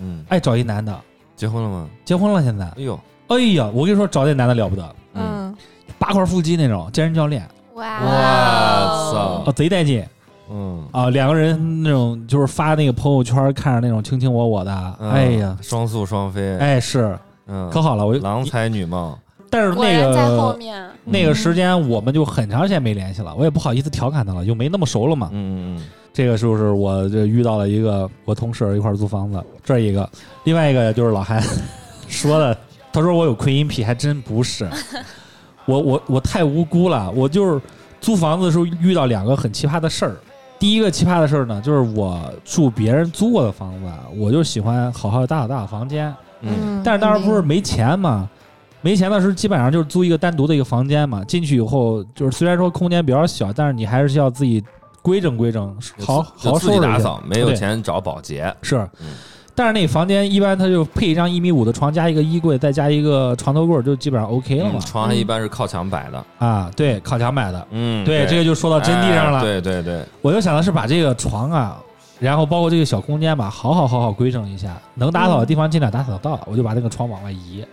嗯，爱找一男的，结婚了吗？结婚了，现在。哎呦，哎呀，我跟你说，找那男的了不得，嗯，嗯，八块腹肌那种健身教练，哇哦哇啊，操，贼带劲嗯啊！两个人那种就是发那个朋友圈，看着那种卿卿我我的，嗯哎呀，双宿双飞，哎呃是，嗯，可好了，我就郎才女貌，但是果那然在后个面。那个时间我们就很长时间没联系了，我也不好意思调侃他了，就没那么熟了嘛。嗯嗯这个就是我这遇到了一个我同事一块儿租房子，这是一个，另外一个就是老韩 <laughs> 说的，他说我有窥阴癖，还真不是，我我我太无辜了，我就是租房子的时候遇到两个很奇葩的事儿。第一个奇葩的事儿呢，就是我住别人租过的房子，我就喜欢好好大好大的房间，嗯但是当时不是没钱嘛，没钱的时候基本上就是租一个单独的一个房间嘛。进去以后，就是虽然说空间比较小，但是你还是需要自己规整规整，嗯，就好好好自收己拾打一下扫，没有对钱找保洁，是嗯。但是那房间一般它就配一张一米五的床，加一个衣柜，再加一个床头柜，就基本上 OK 了嗯嘛。床上一般是靠墙摆的，啊，对，靠墙买的。嗯，对，这个就说到真谛上哎了。对对对，我就想的是把这个床啊，然后包括这个小空间吧，好好好好规整一下，能打扫的地方尽量打扫到，我就把那个床往外移。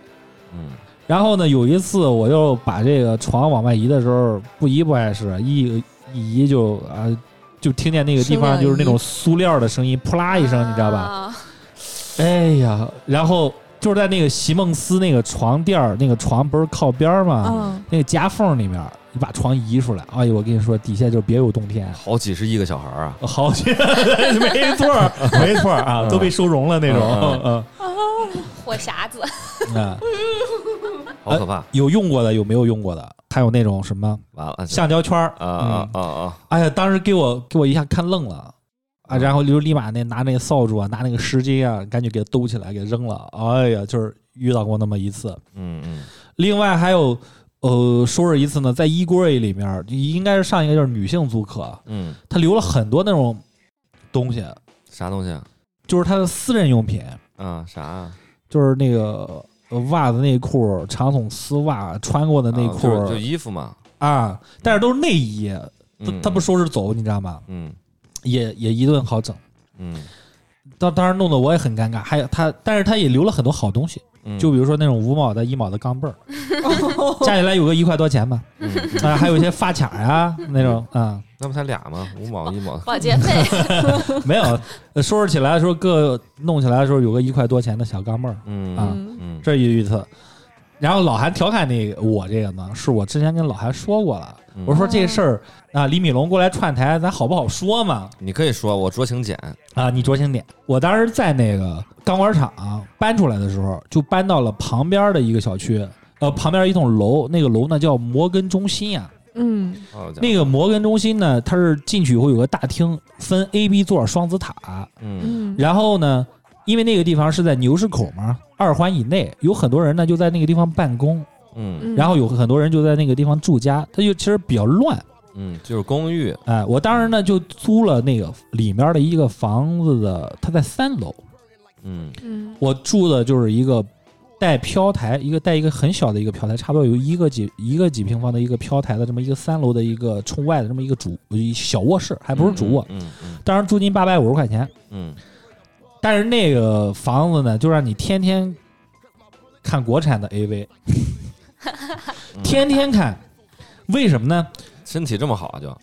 嗯然后呢，有一次我又把这个床往外移的时候，不移不碍事，一一移就啊、就听见那个地声方量就是那一种塑料的声音，扑啦一声，你知道吧？啊哎呀，然后就是在那个席梦思那个床垫儿，那个床不是靠边儿吗？嗯，那个夹缝里面，你把床移出来，哎呦，我跟你说，底下就别有洞天。好几十亿个小孩儿啊，好些， <laughs> 没错儿， <laughs> 没错儿啊，都被收容了那种。火匣子，嗯 <laughs> 啊，呃好可怕！有用过的，有没有用过的？还有那种什么完了，橡胶圈儿啊啊啊啊！哎呀，当时给我给我一下看愣了嗯啊，然后就立马那拿那个扫帚啊，拿那个湿巾啊，赶紧给它兜起来，给扔了。哎呀，就是遇到过那么一次。嗯嗯，另外还有呃，收拾一次呢，在衣柜里面，应该是上一个就是女性租客，嗯，她留了很多那种东西，啥东西啊？就是她的私人用品，啊，啥啊？就是那个。呃袜子、内裤、长筒丝袜、穿过的内啊裤就是就衣服嘛。啊，但是都是内衣，她嗯她不，收拾走，你知道吗？嗯也也一顿好整。嗯当当时弄得我也很尴尬，还有他，但是他也留了很多好东西，嗯，就比如说那种五毛的、一毛的钢镚儿，加起来有个一块多钱吧，嗯啊，还有一些发卡呀、那种啊，那不才俩吗？五毛一毛。<laughs> 保洁费，没有呃收拾起来的时候各弄起来的时候有个一块多钱的小钢镚儿，嗯啊嗯嗯这一次。然后老韩调侃那个我这个呢，是我之前跟老韩说过了，嗯我说这事儿啊，李米龙过来串台，咱好不好说嘛？你可以说我酌情减。啊，你酌情点。我当时在那个钢管厂搬出来的时候，就搬到了旁边的一个小区，呃，旁边一栋楼，那个楼呢叫摩根中心呀、 <laughs> 嗯，好家伙那个摩根中心呢，它是进去以后有个大厅，分 A、B 座双子塔。嗯嗯，然后呢，因为那个地方是在牛市口嘛，二环以内，有很多人呢就在那个地方办公，嗯然后有很多人就在那个地方住家，它就其实比较乱。嗯，就是公寓。哎，我当时呢就租了那个里面的一个房子的，它在三楼。嗯嗯我住的就是一个带飘台，一个带一个很小的一个飘台，差不多有一个几一个几平方的一个飘台的这么一个三楼的一个冲外的这么一个主一小卧室，还不是主啊卧。嗯嗯当时租金八百五十块钱，嗯但是那个房子呢，就让你天天看国产的 AV，嗯，天天看，为什么呢？身体这么好就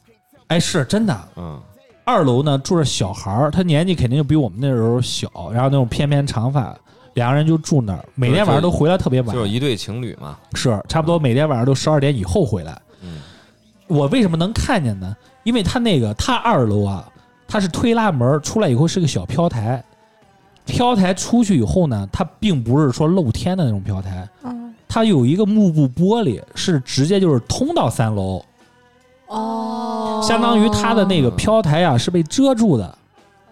哎，是真的。嗯二楼呢住着小孩儿，他年纪肯定就比我们那时候小，然后那种偏偏长发，两个人就住那儿，每天晚上都回来特别晚，就是一对情侣嘛。是差不多每天晚上都十二点以后回来。嗯我为什么能看见呢？因为他那个他二楼啊，他是推拉门儿出来以后是个小飘台，飘台出去以后呢，它并不是说露天的那种飘台，嗯它有一个幕布玻璃是直接就是通到三楼，哦，相当于它的那个飘台啊是被遮住的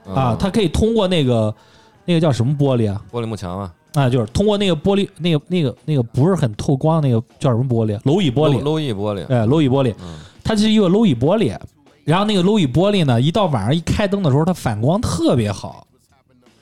啊嗯，它可以通过那个那个叫什么玻璃啊？玻璃幕墙嘛，啊，就是通过那个玻璃，那个那个那个不是很透光的那个叫什么玻璃？蝼蚁玻璃，漏液玻璃。哎，蝼蚁玻璃，嗯它是一个蝼蚁玻璃，然后那个蝼蚁玻璃呢，一到晚上一开灯的时候，它反光特别好，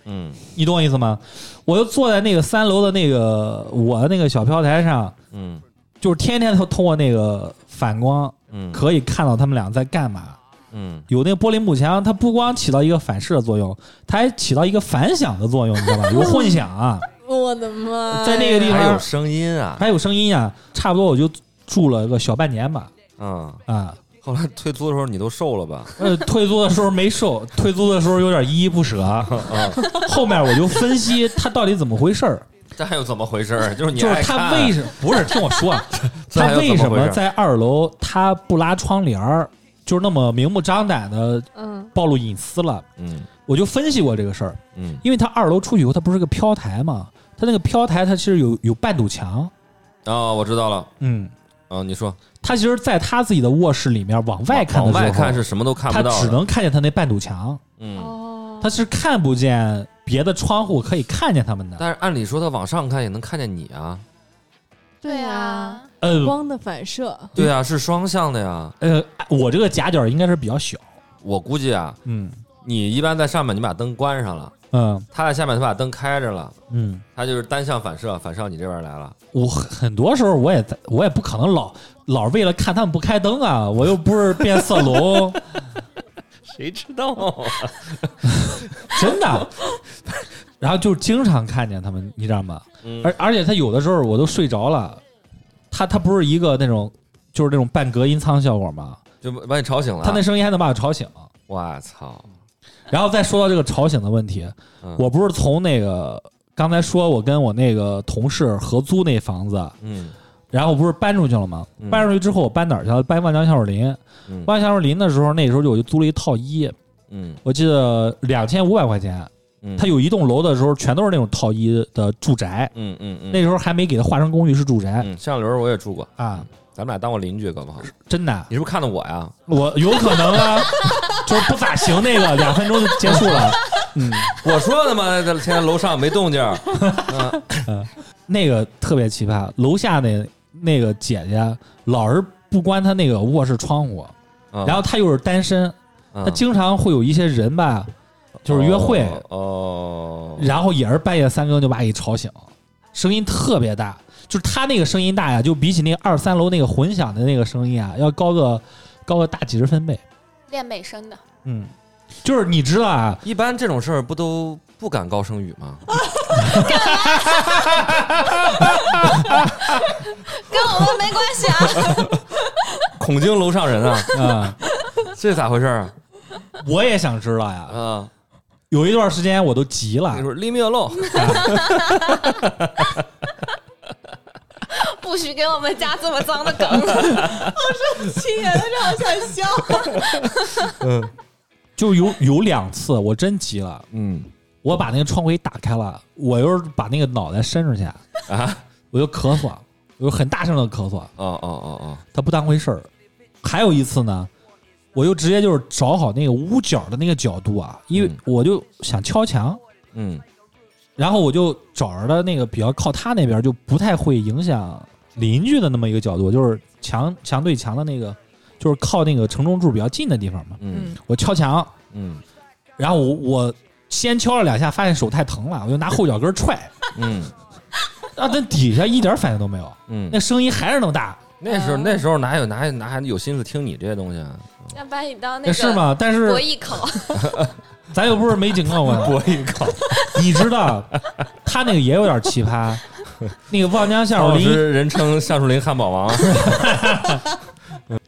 嗯你懂我意思吗？我就坐在那个三楼的那个我的那个小飘台上，嗯就是天天都通过那个反光嗯可以看到他们俩在干嘛。嗯有那个玻璃幕墙，它不光起到一个反射的作用，它还起到一个反响的作用，你知道吧？有混响啊，我的妈呀，在那个地还有方声音啊。还有声音啊，差不多我就住了个小半年吧，嗯，啊。后来退租的时候你都瘦了 <laughs> 吧？呃，退租的时候没瘦，退租的时候有点依依不舍。啊后面我就分析他到底怎么回事儿，嗯这又怎么回事儿？就是你就是爱他看为什么不是听我说 <laughs> 啊，这他还有为怎什么回么事在二楼他不拉窗帘儿，就是那么明目张胆的嗯暴露隐私了？嗯我就分析过这个事儿，嗯因为他二楼出去以后，他不是个飘台嘛，他那个飘台它其实有有半堵墙，啊，我知道了。嗯，啊，你说他其实在他自己的卧室里面往外看的往时候，外看是什么都看他不到的，只能看见他那半堵墙，嗯。哦，他是看不见别的窗户可以看见他们的。但是按理说他往上看也能看见你啊，对呀，啊，呃光的反射，对啊，是双向的呀。呃，我这个夹角应该是比较小，我估计啊，嗯你一般在上面你把灯关上了，嗯他在下面他把灯开着了，嗯，他就是单向反射，反射到你这边来了。我很很多时候我也在，我也不可能老老为了看他们不开灯啊，我又不是变色龙， <laughs> 谁知道？啊 <laughs> 真 <laughs> 的。然后就经常看见他们，你知道吗？嗯而而且他有的时候我都睡着了，他他不是一个那种就是那种半隔音舱效果吗？就把你吵醒了。他那声音还能把我吵醒，哇操！然后再说到这个吵醒的问题，嗯我不是从那个刚才说我跟我那个同事合租那房子，嗯然后不是搬出去了吗？嗯搬出去之后我搬哪儿去了？搬万江小树林。嗯万江小树林的时候，那时候就我就租了一套一，嗯我记得两千五百块钱。嗯，它有一栋楼的时候，全都是那种套一的住宅。嗯嗯嗯那时候还没给它划成公寓，是住宅嗯，上轮我也住过，啊，咱们俩当过邻居，搞不好。真的。你是不是看到我 <laughs> 呀？我有可能啊， <laughs> 就是不咋行那个，两分钟就结束了。嗯，我说他妈的，现在楼上没动静 <laughs> 儿。那个特别奇葩，楼下那那个姐姐老是不关她那个卧室窗户，嗯然后她又是单身，嗯她经常会有一些人吧，就是约会，哦，然后也是半夜三更就把你吵醒，声音特别大，就是她那个声音大呀，就比起那二三楼那个混响的那个声音啊，要高个高个大几十分贝。练美声的，嗯，就是你知 <laughs> 道啊，一般这种事儿不都不敢高声语吗？跟我们没关系啊。 <laughs> 恐惊楼上人啊，啊、 <laughs> 这咋回事儿我也想知道啊？呀。啊，有一段时间我都急了你，说 leave me alone，不许给我们加这么脏的 <laughs> 梗。亲眼的让我想笑。就有有两次我真急了，嗯我把那个窗户一打开了，我又是把那个脑袋伸出去，啊，我就咳嗽，我就很大声的咳嗽， <laughs> 哦哦哦哦，他不当回事儿。还有一次呢，我就直接就是找好那个屋角的那个角度啊，因为嗯我就想敲墙，嗯然后我就找着的那个比较靠他那边，就不太会影响邻居的那么一个角度，就是墙墙对墙的那个，就是靠那个承重柱比较近的地方嘛。嗯我敲墙，嗯然后我我先敲了两下，发现手太疼了，我就拿后脚跟踹，嗯啊，但底下一点反应都没有，嗯，那声音还是那么大，那时候那时候哪有哪有哪还有心思听你这些东西啊？要把你当那那个是吗？但博是啊弈口，咱又不是没警 <laughs> 告过，我一靠， <laughs> 你知道他那个也有点奇葩，那个望江夏张树老林，师人称橡树林汉堡 <laughs> 王。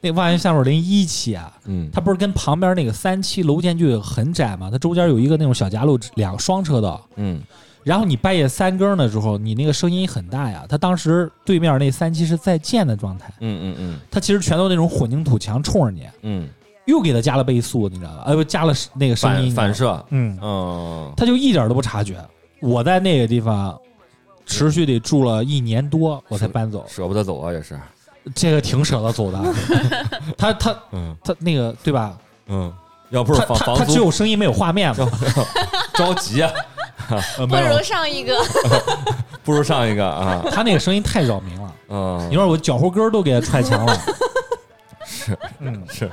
那望江夏树林一期啊，嗯它不是跟旁边那个三期楼间距很窄嘛，它中间有一个那种小夹路，两双车道。嗯然后你半夜三更的时候，你那个声音很大呀。它当时对面那三期是在建的状态，嗯嗯嗯它其实全都那种混凝土墙冲着你，嗯，又给它加了倍速，你知道吧？呃，不，加了那个声音反你知道吧反射，嗯，啊嗯他就一点都不察觉。我在那个地方持续得住了一年多，我才搬走。舍不得走啊，也是。这个挺舍得走的，他他嗯他那个对吧？嗯，要不是他房他他房只租有声音没有画面嘛， <laughs> <laughs> 着急啊，呃不没有如上一个。不如上一个啊。他那个声音太扰民了。嗯你，说我脚后跟都给他踹墙了， <laughs> 是嗯是。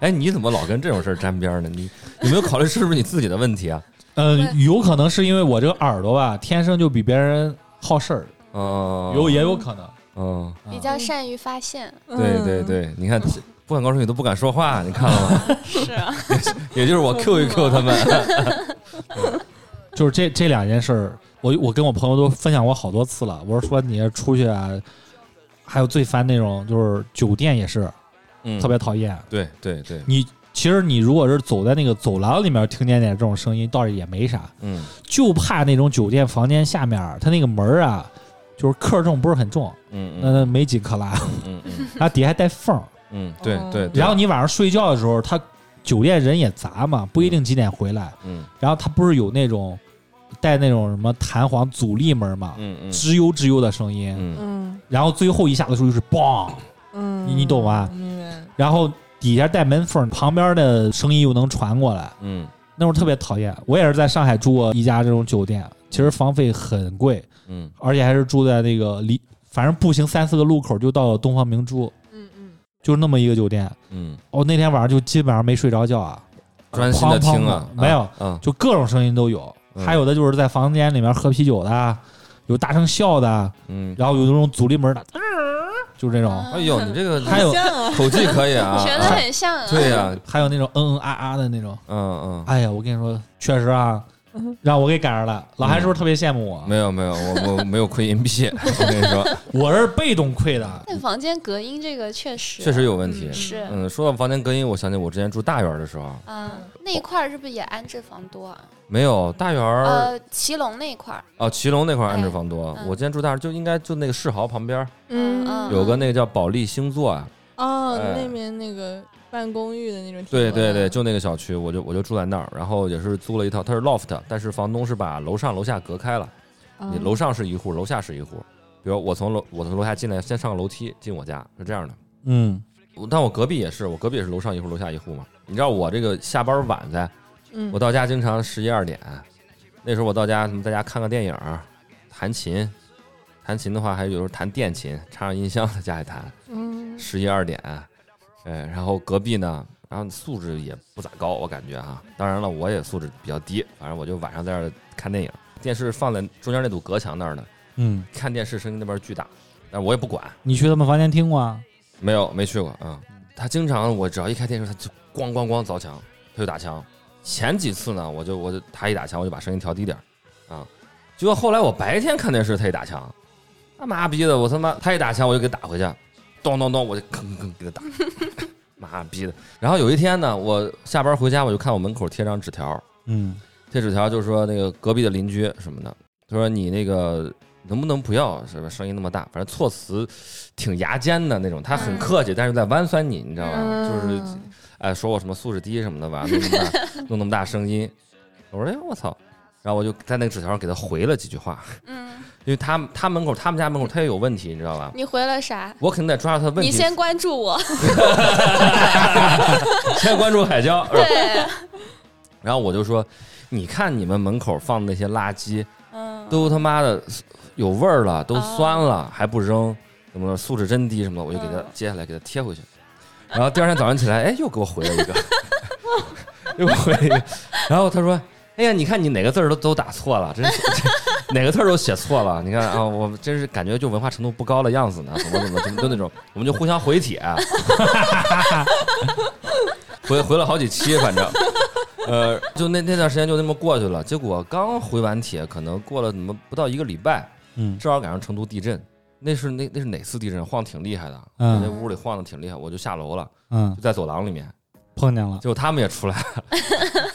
哎，你怎么老跟这种事儿沾边儿呢？你有没有考虑是不是你自己的问题啊？呃，有可能是因为我这个耳朵吧，天生就比别人好事儿，嗯，有也有可能。嗯，啊比较善于发现。对对对，你看不敢高声语都不敢说话，你看了吗？ <laughs> 是啊，也就是我 Q 一 Q 他们。就是这这两件事儿，我我跟我朋友都分享过好多次了。我是说你出去啊，还有最烦那种就是酒店也是嗯，特别讨厌。对对对，你其实你如果是走在那个走廊里面听见点这种声音，倒是也没啥，嗯就怕那种酒店房间下面儿它那个门儿啊，就是克重不是很重，嗯那嗯那没几克拉， <laughs> 嗯嗯然后底下还带缝儿。嗯，对对。对然后你晚上睡觉的时候，他酒店人也杂嘛，不一定几点回来。嗯然后他不是有那种带那种什么弹簧阻力门嘛，嗯嗯吱悠吱悠的声音。嗯嗯然后最后一下的时候就是梆，嗯你你懂啊吧明白。然后底下带门缝，旁边的声音又能传过来，嗯那会儿特别讨厌。我也是在上海住过一家这种酒店，其实房费很贵，嗯而且还是住在那个离，反正步行三四个路口就到了东方明珠，嗯嗯，就是那么一个酒店。嗯，哦，那天晚上就基本上没睡着觉啊，专心的听啊，哐哐的没有啊，就各种声音都有，嗯还有的就是在房间里面喝啤酒的，有大声笑的，嗯，然后有那种阻力门的，就是这种，哎呦，你这个还有口技可以啊，学的很像啊。对呀，还有那种嗯嗯啊啊的那种。嗯嗯，哎呀，我跟你说，确实啊，让我给赶上了。老韩是不是特别羡慕我？没有没有，我我没有亏银币，我跟你说，我是被动亏的，但房间隔音这个确实确实有问题。是，嗯，说到房间隔音，我想起我之前住大院儿的时候，嗯，那一块儿是不是也安置房多啊？没有大院儿呃，骑龙那一块儿，哦，祁隆那块儿安置房多。嗯我之前住大院儿就应该就那个世豪旁边儿嗯嗯，有个那个叫保利星座啊，哦，哎那边那个办公寓的那种。对对嗯对，，就那个小区，我就我就住在那儿，然后也是租了一套，它是 loft，但是房东是把楼上楼下隔开了，嗯嗯你楼上是一户，楼下是一户。比如我从楼我从楼下进来，先上个楼梯进我家，是这样的。嗯，我但我隔壁也是，我隔壁也是楼上一户，楼下一户嘛。你知道我这个下班晚噻，嗯我到家经常十一二点，那时候我到家什么在家看个电影，弹琴，弹琴的话还有时候弹电琴，插上音箱在家里弹，嗯，十一二点，哎，然后隔壁呢，然后素质也不咋高，我感觉啊，当然了，我也素质比较低，反正我就晚上在那儿看电影，电视放在中间那堵隔墙那儿呢，嗯，看电视声音那边巨大，但是我也不管，你去他们房间听过啊？没有，没去过啊、嗯他经常我只要一开电视，他就咣咣咣凿墙，他就打墙。前几次呢，我就我就他一打墙，我就把声音调低点儿啊。结果后来我白天看电视，他一打墙，他妈逼的，我他妈他一打墙我就给打回去，咚咚咚，我就吭吭吭给他打， <laughs> 妈逼的。然后有一天呢，我下班回家，我就看我门口贴张纸条，嗯贴纸条就说那个隔壁的邻居什么的，他说你那个能不能不要是吧声音那么大，反正措辞挺牙尖的那种，他嗯很客气，但是在弯酸你，你知道吧？就是哎说我什么素质低什么的吧，弄那么大弄那么大声音，我说哎我操，然后我就在那个纸条上给他回了几句话，嗯，因为他他门口他们家门口他也有问题，你知道吧？你回了啥？我肯定得抓住他的问你题，先 <laughs> 关注 <laughs> 我，先关注海椒，是吧 <laughs> 对，然后我就说，你看你们门口放的那些垃圾。嗯，都他妈的有味儿了，都酸了，还不扔，怎么了素质真低什么的，我就给他嗯接下来给他贴回去。然后第二天早上起来，哎，又给我回了一个， <laughs> 又回了一个。然后他说：“哎呀，你看你哪个字儿都都打错了，真是 <laughs> 哪个字儿都写错了。你看啊，我真是感觉就文化程度不高的样子呢，怎么怎么怎么就那种，我们就互相回帖，啊 <laughs> 回回了好几期，反正。”呃，就那那段时间就那么过去了。结果刚回完帖，可能过了怎么不到一个礼拜，嗯正好赶上成都地震。那是那那是哪次地震？晃挺厉害的，啊嗯那屋里晃的挺厉害，我就下楼了，嗯就，在走廊里面，碰见了，结果他们也出来了，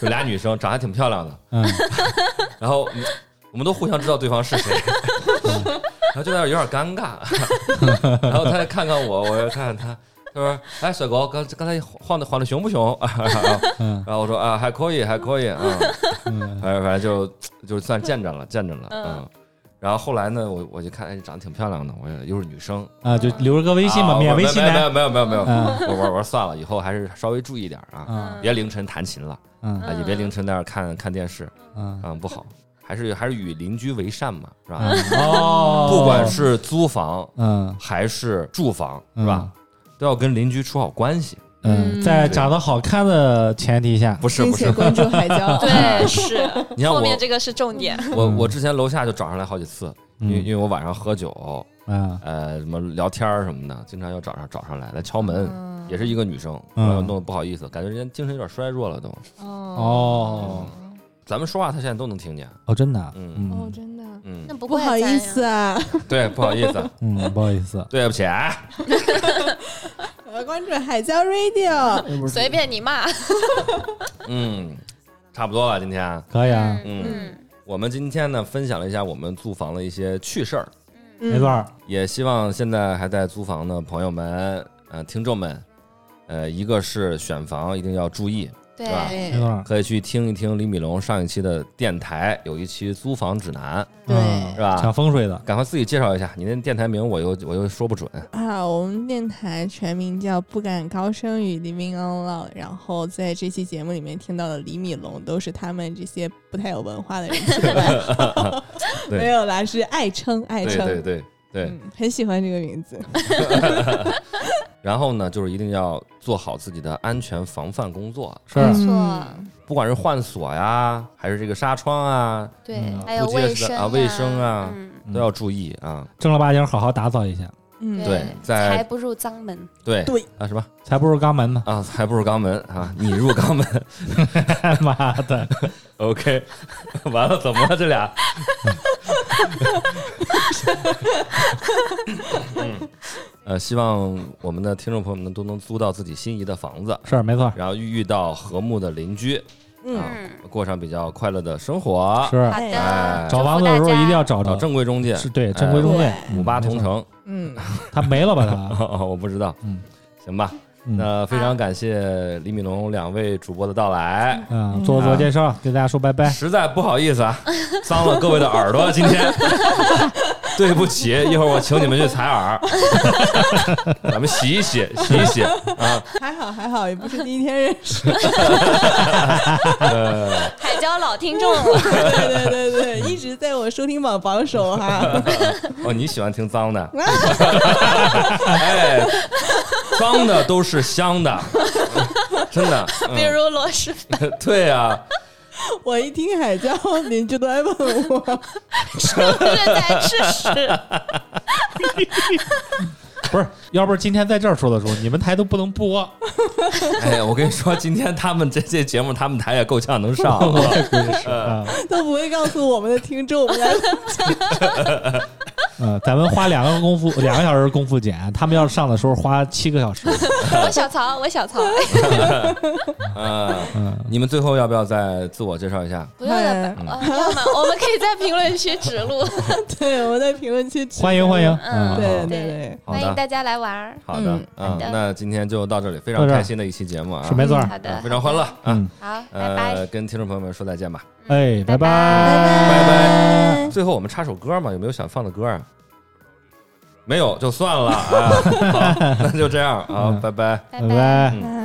<laughs> 就俩女生，长得还挺漂亮的，嗯，然后嗯我们都互相知道对方是谁，然后就在那儿有点尴尬，然后他再看看我，我又看看他，他说：“哎，小狗，刚刚才晃的晃的熊不熊？”嗯 <laughs> 然后我说：“啊，还可以，还可以，嗯。”嗯反正反正就就算见着了，见着了，嗯。然后后来呢，我我就看，哎，长得挺漂亮的，我也又是女生，啊，就留着个微信啊吧，我免没微信没有男。没有没有没有，没有嗯我我我说算了，以后还是稍微注意点啊，嗯别凌晨弹琴了，嗯啊，也别凌晨在那儿看看电视，嗯嗯，不好，还是还是与邻居为善嘛，是吧？嗯 <laughs> 哦，不管是租房嗯还是住房，是吧？都要跟邻居处好关系，嗯，在长得好看的前提下，不是并不且是，关注 <laughs> 海 <laughs> 椒。对，是，你看后我面这个是重点，我嗯我之前楼下就找上来好几次，因为因嗯为我晚上喝酒，嗯呃，什么聊天儿什么的，经常要找上找上来来敲门，嗯也是一个女生，嗯后来我弄得不好意思，感觉人家精神有点衰弱了都。哦咱们说话她现在都能听见，哦，真的啊，嗯哦，嗯真的，那嗯，不不怪好咱呀意思，啊，对，不好意 <laughs> 思，嗯，不好意思，对不起啊，我要关注海椒 Radio。随便你骂，嗯，差不多了，今天，可以啊，嗯，我们今天呢分享了一下我们租房的一些趣事儿，嗯没错儿，也希望现在还在租房的朋友们，呃，听众们，呃，一个是选房一定要注意，嗯是吧对，没错儿，可以去听一听李米龙上一期的电台，有一期租房指南，对嗯是吧讲风水的，赶快自己介绍一下，你那电台名我又我又说不准。，啊，我们电台全名叫《不敢高声语 Living on Loud》，然后在这期节目里面听到的李米龙都是他们这些不太有文化的人起的外号对没有啦，是爱称爱对称，对对对。嗯，很喜欢这个名字。然后呢，就是一定要做好自己的安全防范工作，是啊没错嗯，不管是换锁呀，还是这个纱窗啊，对嗯，还有不结卫实的生啊卫生啊嗯都要注意啊。正儿八经好好打扫一下，嗯，对在财不入脏门，对对啊什么才不如肛门呢！ <laughs> 啊，还不如肛门啊， <laughs> 你入肛门妈的， ，OK，完了怎么了这俩？嗯，呃，希望我们的听众朋友们都能租到自己心仪的房子，是没错，然后遇到和睦的邻居，嗯啊，过上比较快乐的生活。是好哎的，找房子的时候一定要找找着，正规中介，是对哦正规中介哎，嗯五八同，没城，啊嗯，错他没了 <laughs> 吧他？啊我不知道，嗯行吧。嗯那非常感谢李敏龙两位主播的到来，嗯，做自我介绍，给大家说拜拜。实在不好意思啊， <laughs> 脏了各位的耳朵，啊今天 <laughs> 对不起，一会儿我请你们去采耳， <laughs> 咱们洗一洗，洗一洗啊，还好还好，也不是第一天认识，呃，海椒老听众了，对对对对，一直在我收听榜榜首哈，哦，你喜欢听脏 <laughs> 的，哎，脏的都是香的，真的，比如罗师 <laughs> 傅，嗯、对啊，我一听海椒，邻居都在问我，正在吃屎， <laughs> 不是，要不是今天在这儿说的时候，你们台都不能 <laughs> 播。哎，我跟你说，今天他们这这节目，他们台也够呛能上，我 <laughs> 也估计是啊，都不会告诉我们的听众，我们来嗯，咱们花两个功夫，两个小时功夫剪，他们要上的时候花七个小时。我小曹，我小 <laughs> 曹，嗯。嗯，你们最后要不要再自我介绍一下？不用哎了吧，啊呃要 <laughs> 么我们可以在评论区指路，对，我们在评论区指欢迎欢迎。嗯嗯，对对对对，好欢迎的，大家来玩儿。好的，嗯嗯好，的那今天就到这里，非常到这儿开心的一期节目啊是，没错嗯儿。好啊的非，常欢乐啊，嗯，好，拜拜呃，，跟听众朋友们说再见吧，哎，拜拜拜。拜。最后我们插首歌嘛，有没有想放的歌啊？没有就算了啊，好，那就这样啊，嗯拜拜。拜拜拜嗯。